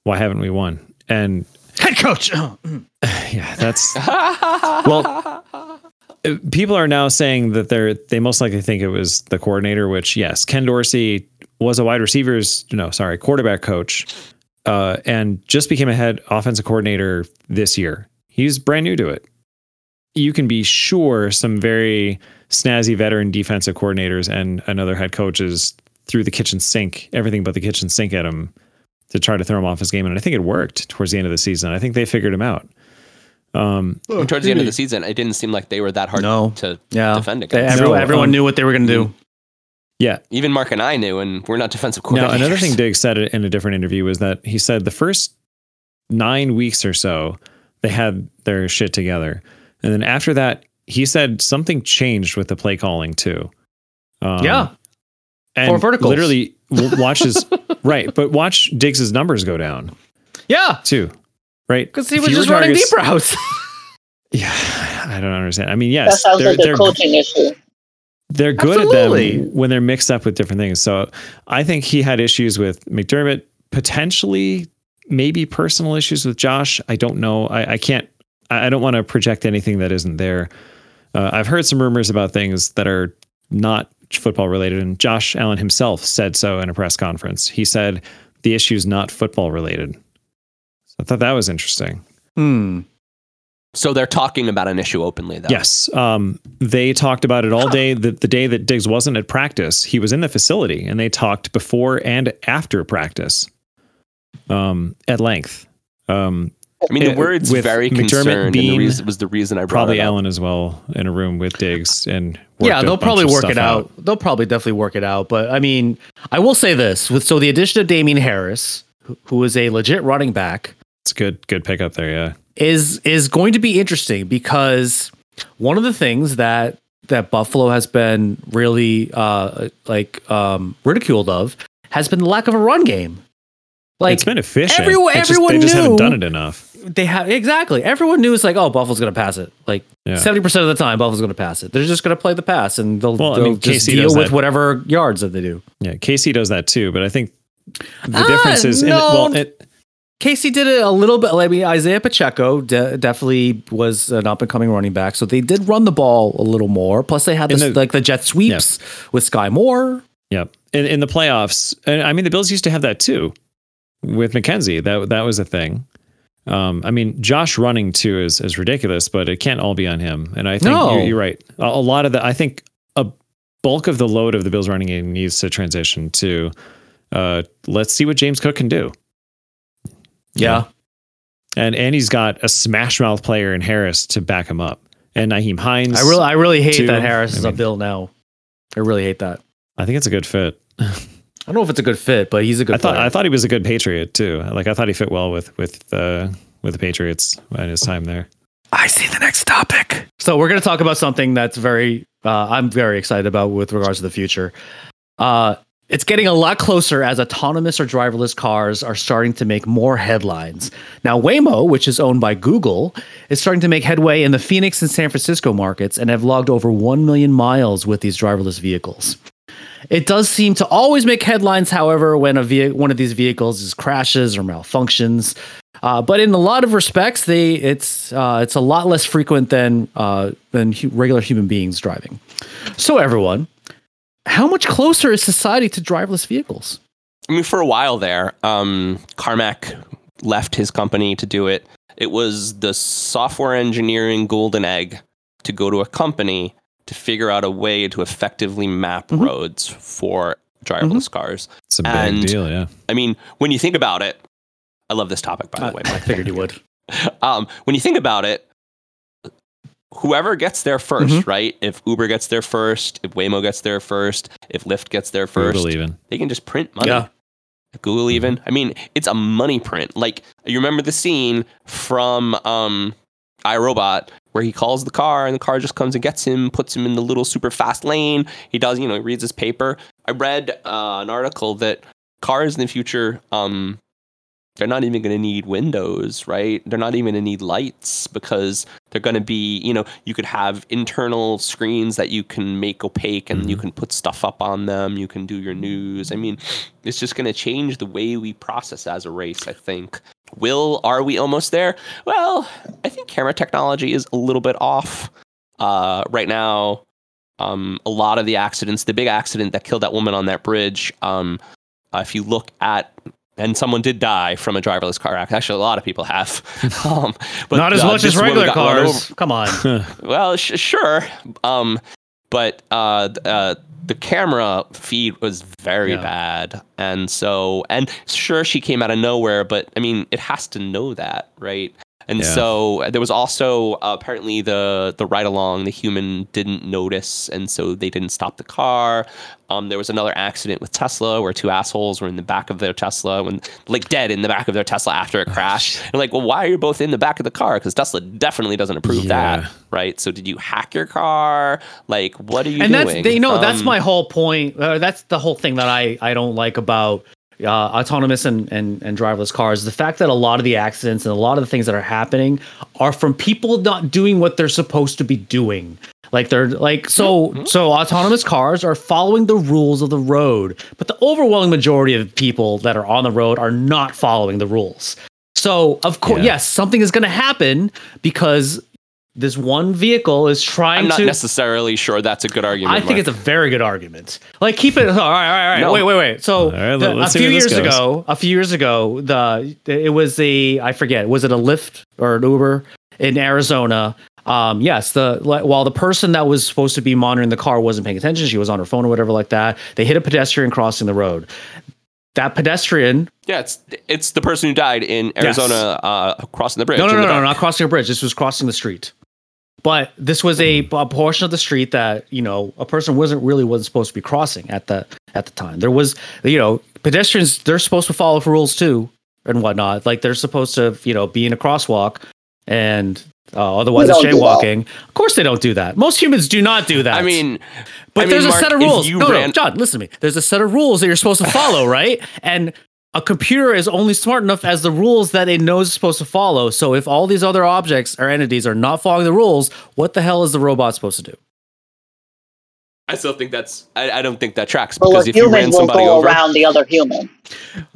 S5: Why haven't we won? And
S2: Head coach.
S5: yeah, that's well, uh, people are now saying that they're they most likely think it was the coordinator. Which yes, Ken Dorsey was a wide receivers no sorry quarterback coach, uh, and just became a head offensive coordinator this year. He's brand new to it. You can be sure some very snazzy veteran defensive coordinators and another head coaches threw the kitchen sink everything but the kitchen sink at him to try to throw him off his game, and I think it worked towards the end of the season. I think they figured him out. Um,
S4: And towards the end of the season, it didn't seem like they were that hard
S2: No.
S4: to
S2: Yeah.
S4: defend
S2: They-
S4: against.
S2: everyone
S5: No,
S2: everyone
S5: um,
S2: knew what they were going to do.
S5: yeah,
S4: Even Mark and I knew, and we're not defensive coordinators.
S5: Now, another thing Diggs said in a different interview was that he said the first nine weeks or so, they had their shit together. And then after that, he said something changed with the play calling too. Um,
S2: Yeah.
S5: And
S2: Four verticals.
S5: Literally w- watches, right. But watch Diggs's numbers go down
S2: Yeah.
S5: too, right?
S2: Because he was
S5: Fewer
S2: just running
S5: targets-
S2: deep routes.
S5: Yeah. I don't understand. I mean,
S3: That
S5: yes,
S3: sounds
S5: they're,
S3: like a
S5: they're
S3: coaching issue.
S5: they're good
S2: Absolutely.
S5: at them when they're mixed up with different things. So I think he had issues with McDermott, potentially maybe personal issues with Josh. I don't know. I, I can't. I I don't want to project anything that isn't there. Uh, I've heard some rumors about things that are not football related, and Josh Allen himself said so in a press conference. He said the issue's not football related. So I thought that was interesting.
S2: hmm.
S4: So they're talking about an issue openly, though.
S5: Yes. Um, they talked about it all day. The, the day that Diggs wasn't at practice, he was in the facility and they talked before and after practice um, at length. Um,
S4: I mean, the
S5: Uh,
S4: words
S5: with
S4: very
S5: McDermott
S4: concerned and the
S5: being
S4: reason, was the reason I brought
S5: probably
S4: it up.
S5: Allen as well in a room with Diggs. And worked
S2: Yeah,
S5: a
S2: they'll
S5: bunch
S2: probably
S5: of
S2: work
S5: stuff
S2: it out. They'll probably definitely work it out. But I mean, I will say this with so the addition of Damien Harris, who- who is a legit running back,
S5: It's a good, good pickup there. Yeah.
S2: is is going to be interesting because one of the things that that Buffalo has been really uh like um ridiculed of has been the lack of a run game. Like
S5: it's been efficient.
S2: everyone-
S5: It's just-
S2: everyone
S5: they just haven't
S2: knew-
S5: done it enough.
S2: they have exactly everyone knew it's like oh Buffalo's going to pass it like
S5: Yeah.
S2: seventy percent of the time Buffalo's going to pass it. They're just going to play the pass and they'll,
S5: Well, I
S2: they'll
S5: mean,
S2: just
S5: KC
S2: deal
S5: does
S2: with
S5: that.
S2: whatever yards that they do.
S5: Yeah. Casey does that too. But I think the
S2: Ah,
S5: difference is, in,
S2: no.
S5: well, it,
S2: Casey did it a little bit. I mean, Isaiah Pacheco de- definitely was an up and coming running back, so they did run the ball a little more. Plus, they had
S5: And
S2: this,
S5: the-
S2: like the jet sweeps with Sky Moore.
S5: Yeah. In, in the playoffs, and I mean, the Bills used to have that too with McKenzie. That that was a thing. Um, I mean, Josh running too is is ridiculous, but it can't all be on him. And I think
S2: No.
S5: you, you're right. A, a lot of the, I think a bulk of the load of the Bills running game needs to transition to, uh, let's see what James Cook can do. Yeah. And and he's got a smash mouth player in Harris to back him up, and Naheem Hines.
S2: I really, I really hate
S5: Two.
S2: that Harris is
S5: I
S2: a
S5: mean-
S2: Bill now. I really hate that.
S5: I think it's a good fit.
S2: I don't know if it's a good fit, but he's a good.
S5: I thought
S2: player.
S5: I thought he was a good Patriot too. Like I thought he fit well with with uh, with the Patriots in his time there.
S2: I see the next topic. So we're going to talk about something that's very uh, I'm very excited about with regards to the future. Uh, it's getting a lot closer as autonomous or driverless cars are starting to make more headlines. Now, Waymo, which is owned by Google, is starting to make headway in the Phoenix and San Francisco markets and have logged over 1 million miles with these driverless vehicles. It does seem to always make headlines, however, when a ve- one of these vehicles is crashes or malfunctions. Uh, but in a lot of respects, they it's uh, it's a lot less frequent than uh, than hu- regular human beings driving. So everyone, how much closer is society to driverless vehicles?
S4: I mean, for a while there, um, Carmack left his company to do it. It was the software engineering golden egg to go to a company to figure out a way to effectively map
S5: Mm-hmm.
S2: Mhm.
S4: roads for driverless cars.
S5: It's a big
S4: And-
S5: deal, yeah.
S4: I mean, when you think about it, I love this topic, by the way.
S2: I figured you would.
S4: Um, when you think about it, whoever gets there 1st right? If Uber gets there first, if Waymo gets there first, if Lyft gets there first,
S5: Google even.
S4: they can just print money.
S2: Yeah.
S4: Google even. I mean, it's a money print. Like you remember the scene from um iRobot where he calls the car and the car just comes and gets him, puts him in the little super fast lane. He does, you know, he reads his paper. I read uh, an article that cars in the future um they're not even going to need windows, right? They're not even going to need lights because they're going to be, you know, you could have internal screens that you can make opaque and you can put stuff up on them. You can do your news. I mean, it's just going to change the way we process as a race, I think. Will, are we almost there? Well, I think camera technology is a little bit off uh, right now. Um, a lot of the accidents, the big accident that killed that woman on that bridge, um, uh, if you look at and someone did die from a driverless car accident. Actually, a lot of people have. Um, but
S2: Not as
S4: uh,
S2: much
S4: this
S2: as
S4: woman
S2: regular
S4: got run over-
S2: cars. Come on.
S4: well, sh- sure. Um, but uh, th- uh, the camera feed was very
S2: Yeah.
S4: bad, and so and sure she came out of nowhere, but I mean it has to know that, right? And
S5: Yeah.
S4: so there was also uh, apparently the the ride along the human didn't notice, and so they didn't stop the car. Um, there was another accident with Tesla where two assholes were in the back of their Tesla when like dead in the back of their Tesla after it crashed. And like, well, why are you both in the back of the car? Because Tesla definitely doesn't approve
S5: Yeah.
S4: that, right? So did you hack your car? Like, what are you
S2: and
S4: doing?
S2: that's they know that's
S4: Um,
S2: my whole point uh, that's the whole thing that i i don't like about uh, autonomous and, and and driverless cars the fact that a lot of the accidents and a lot of the things that are happening are from people not doing what they're supposed to be doing like they're like
S4: Hmm?
S2: so so autonomous cars are following the rules of the road but the overwhelming majority of people that are on the road are not following the rules so of course
S5: Yeah.
S2: yes something is going to happen because this one vehicle is trying
S4: I'm not
S2: to
S4: necessarily sure that's a good argument.
S2: I think it's a very good argument. Like keep it. All right, all right, all right.
S4: No.
S2: Wait, wait, wait. So
S5: right,
S2: the- a
S5: let's see
S2: few
S5: where this
S2: years
S5: goes.
S2: ago, a few years ago, the it was the I forget was it a Lyft or an Uber in Arizona? Um, yes, the like, while the person that was supposed to be monitoring the car wasn't paying attention, she was on her phone or whatever like that. They hit a pedestrian crossing the road. That pedestrian
S4: yeah, it's it's the person who died in
S2: Yes.
S4: Arizona uh, crossing the bridge.
S2: No, no,
S4: in
S2: no,
S4: the
S2: no,
S4: dark.
S2: not crossing a bridge. This was crossing the street. But this was a, a portion of the street that you know a person wasn't really wasn't supposed to be crossing at the at the time. There was you know pedestrians they're supposed to follow rules too and whatnot. Like they're supposed to you know be in a crosswalk and uh, otherwise
S3: They
S2: it's
S3: don't do that.
S2: jaywalking. Of course they don't do that. Most humans do not do that.
S4: I mean,
S2: But
S4: I mean,
S2: there's
S4: Mark,
S2: a set of
S4: if
S2: rules.
S4: you
S2: No, no,
S4: ran-
S2: John, listen to me. There's a set of rules that you're supposed to follow, right? And a computer is only smart enough as the rules that it knows it's supposed to follow. So if all these other objects or entities are not following the rules, what the hell is the robot supposed to do?
S4: I still think that's I, I don't think that tracks
S3: But
S4: because
S3: what
S4: if you ran
S3: humans will
S4: somebody
S3: go
S4: over,
S3: around the other human.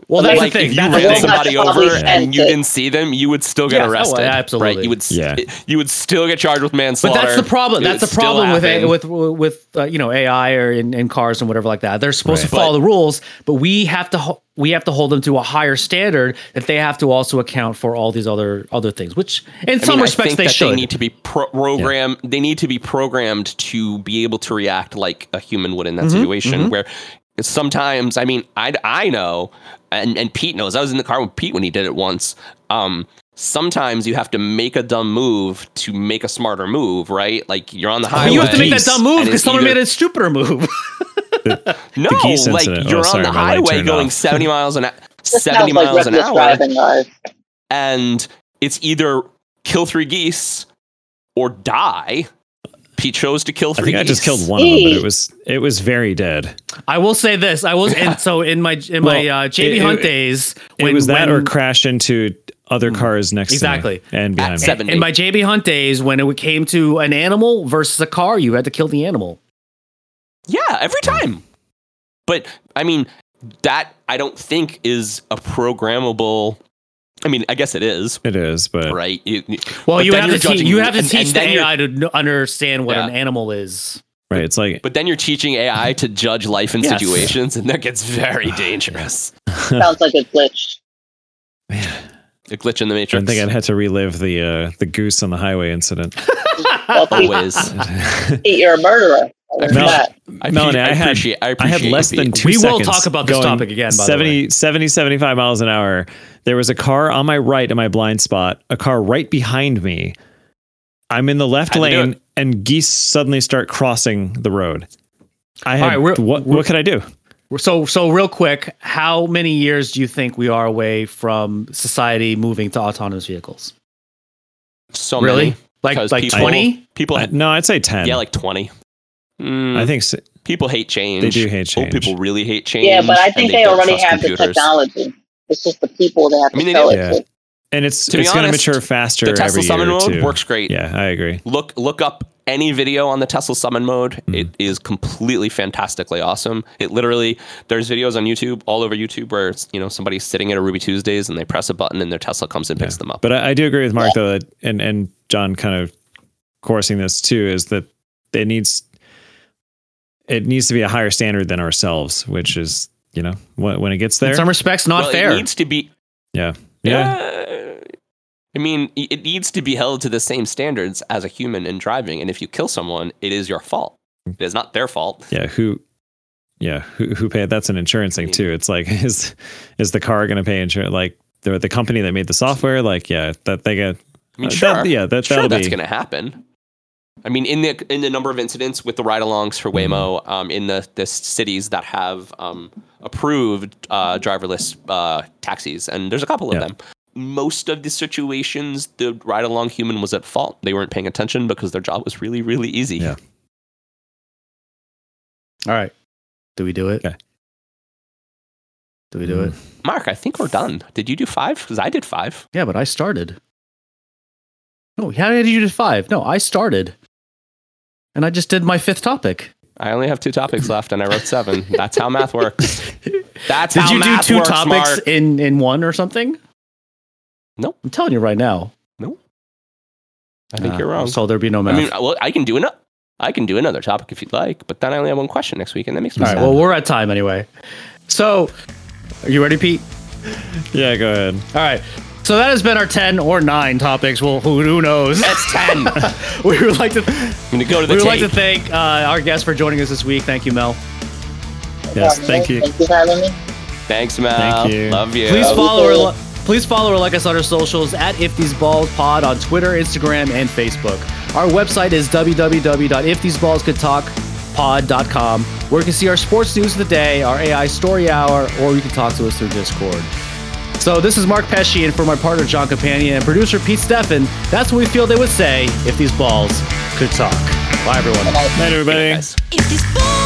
S2: Well,
S3: Like,
S2: that's
S4: like
S2: the thing.
S4: if you
S2: That's
S3: the
S4: ran
S3: thing.
S4: somebody
S3: That's
S4: over
S3: probably
S4: and you
S3: expensive.
S4: didn't see them, you would still get
S2: Yes, oh,
S4: arrested.
S2: absolutely.
S4: Right? You would s-
S5: Yeah.
S4: you would still get charged with manslaughter.
S2: But that's the problem.
S4: It
S2: That's
S4: would
S2: the
S4: still
S2: problem with
S4: happen.
S2: A- with with uh, you know AI or in, in cars and whatever like that. They're supposed
S5: Right.
S2: to follow the rules, but we have to ho- we have to hold them to a higher standard that they have to also account for all these other other things. Which in
S4: I
S2: some
S4: mean, I
S2: respects
S4: think
S2: they
S4: that
S2: should.
S4: They need to be pro- programmed. They need to be programmed to be able to react like a human would in
S2: Mm-hmm.
S4: that situation. Where sometimes, I mean, I I know, and and Pete knows. I was in the car with Pete when he did it once. Um, sometimes you have to make a dumb move to make a smarter move, right? Like you're on the highway.
S2: But you have to make that
S5: Peace.
S2: dumb move
S4: and
S2: because
S4: it's
S2: someone
S4: either-
S2: made a stupider move.
S4: No,
S5: geese
S4: like
S5: incident. Oh,
S4: you're
S5: sorry,
S4: on the
S5: my light
S4: highway
S5: turned
S4: going
S5: off.
S4: 70 miles an hour.
S3: This
S4: 70
S3: sounds like
S4: miles an
S3: reckless
S4: hour
S3: driving, guys.
S4: and it's either kill three geese or die. He chose to kill
S5: I
S4: three
S5: think I
S4: geese.
S5: just killed one of them, but
S3: Eee.
S5: it was it was very dead.
S2: I will say this. I was and so in my in my
S5: Well,
S2: uh, JB
S5: it-
S2: Hunt
S5: it-
S2: days
S5: It was that or crash into other cars next
S2: Exactly.
S5: to me and behind me.
S4: Mm, seven.
S2: in my JB Hunt days when it came to an animal versus a car, you had to kill the animal.
S4: Yeah, every time. But I mean, that I don't think is a programmable. I mean, I guess it is,
S5: It is, but
S4: right? You- you-
S2: Well,
S4: but
S2: you
S4: then
S2: have
S4: you're
S2: to te-
S4: judging-
S2: you have to
S4: and-
S2: teach
S4: and
S2: the
S4: then you're-
S2: AI to kn- understand what
S4: Yeah.
S2: an animal is.
S5: right. It's like
S4: But then you're teaching AI to judge life and
S2: Yes.
S4: situations, and that gets very dangerous.
S3: Sounds like a glitch.
S4: A glitch in the
S5: I
S4: matrix.
S5: think I'd had to relive the uh, the goose on the highway incident.
S3: Well, Pete,
S4: always.
S3: Pete, you're a murderer. I
S5: No.
S3: that.
S4: I,
S5: Melanie, I
S4: I,
S5: had-
S4: appreciate. I
S5: I
S4: appreciate.
S5: had less
S4: you, Pete.
S5: than two
S2: We will
S5: seconds
S2: talk about this
S5: going
S2: topic again, by the
S5: 70, 70, 75 miles an hour. There was a car on my right in my blind spot, a car right behind me. I'm in the left
S4: Had to do
S5: lane, and geese suddenly start crossing the road. I had
S2: right, we're-
S5: what? What could I do?
S2: So, so real quick, how many years do you think we are away from society moving to autonomous vehicles?
S4: So
S2: really?
S4: many.
S2: Like,
S4: 'Cause
S2: like
S4: people-
S2: twenty?
S4: People,
S5: I- no, I'd say ten.
S4: yeah, like twenty. Mm,
S5: I think s-
S4: people hate change.
S5: They do hate
S4: Old
S5: change.
S4: people really hate change.
S3: Yeah, but I
S4: and
S3: think they,
S4: don't
S3: already
S4: trust
S3: have the
S4: computers.
S3: technology. It's just the people that have
S4: I mean,
S3: to
S4: they
S3: sell
S5: do.
S3: it to.
S5: and it's
S4: To be
S5: it's going to
S4: honest,
S5: mature faster
S4: The Tesla
S5: every
S4: Summon
S5: year
S4: mode
S5: too.
S4: works great.
S5: Yeah, I agree.
S4: Look look up any video on the Tesla Summon mode.
S5: Mm.
S4: It is completely fantastically awesome. It literally there's videos on YouTube all over YouTube where it's, you know somebody's sitting at a Ruby Tuesdays and they press a button and their Tesla comes and picks them up.
S5: But I, I do agree with Mark though, that, and and John kind of coursing this too is that it needs it needs to be a higher standard than ourselves, which is you know when, when it gets there.
S2: In some respects, not
S4: Well,
S2: fair.
S4: It needs to be
S5: yeah,
S4: Yeah. I mean, i- it needs to be held to the same standards as a human in driving. And if you kill someone, it is your fault. It is not their fault.
S5: yeah. Who? Yeah, who who paid? That's an insurance thing too. It's like is is the car going to pay insurance? Like the the company that made the software? Like yeah, that they get.
S4: I mean,
S5: Uh,
S4: sure.
S5: that- yeah, that-
S4: sure
S5: that'll
S4: that's
S5: be-
S4: going to happen. I mean, in the in the number of incidents with the ride-alongs for
S2: Mm-hmm.
S4: Waymo, um, in the the cities that have um, approved uh, driverless uh, taxis, and there's a couple of
S5: Yeah.
S4: them. Most of the situations, the ride-along human was at fault. They weren't paying attention because their job was really, really easy.
S5: Yeah.
S2: All right, do we do it?
S5: Okay.
S2: Do we do it?
S4: Mark, I think we're done. Did you do five? Because I did five.
S2: Yeah, but I started. No, how did you do five? No, I started, and I just did my fifth topic.
S4: I only have two topics left, and I wrote seven. That's how math works. That's
S2: Did
S4: how
S2: you do
S4: math
S2: two
S4: works,
S2: topics
S4: Mark.
S2: in in one or something?
S4: Nope.
S2: I'm telling you right now.
S4: I think
S2: Uh,
S4: you're wrong.
S2: So there'd be no
S4: I
S2: math.
S4: mean, well, I can do another. I can do another topic if you'd like, but then I only have one question next week, and that makes me
S2: All right.
S4: sad.
S2: Well, we're at time anyway. So, are you ready, Pete?
S5: Yeah, go ahead.
S2: All right. So that has been our ten or nine topics. Well, who, who knows?
S4: That's ten. I'm
S2: we would like to
S4: gonna go to the
S2: we would like
S4: tape.
S2: to thank uh, our guest for joining us this week. Thank you, Mel.
S5: Yes, thank you.
S3: Thank you for having me.
S4: Thanks, Mel.
S5: Thank you.
S4: Love you.
S2: Please follow or
S3: cool.
S2: li- please follow or like us on our socials at If These Balls Pod on Twitter, Instagram, and Facebook. Our website is www.iftheseballscouldtalkpod.com, where you can see our sports news of the day, our AI story hour, or you can talk to us through Discord. So this is Mark Pesci, and for my partner John Campania and producer Pete Steffen, that's what we feel they would say if these balls could talk. Bye, everyone.
S5: Night, everybody.
S4: Guys.
S1: If this ball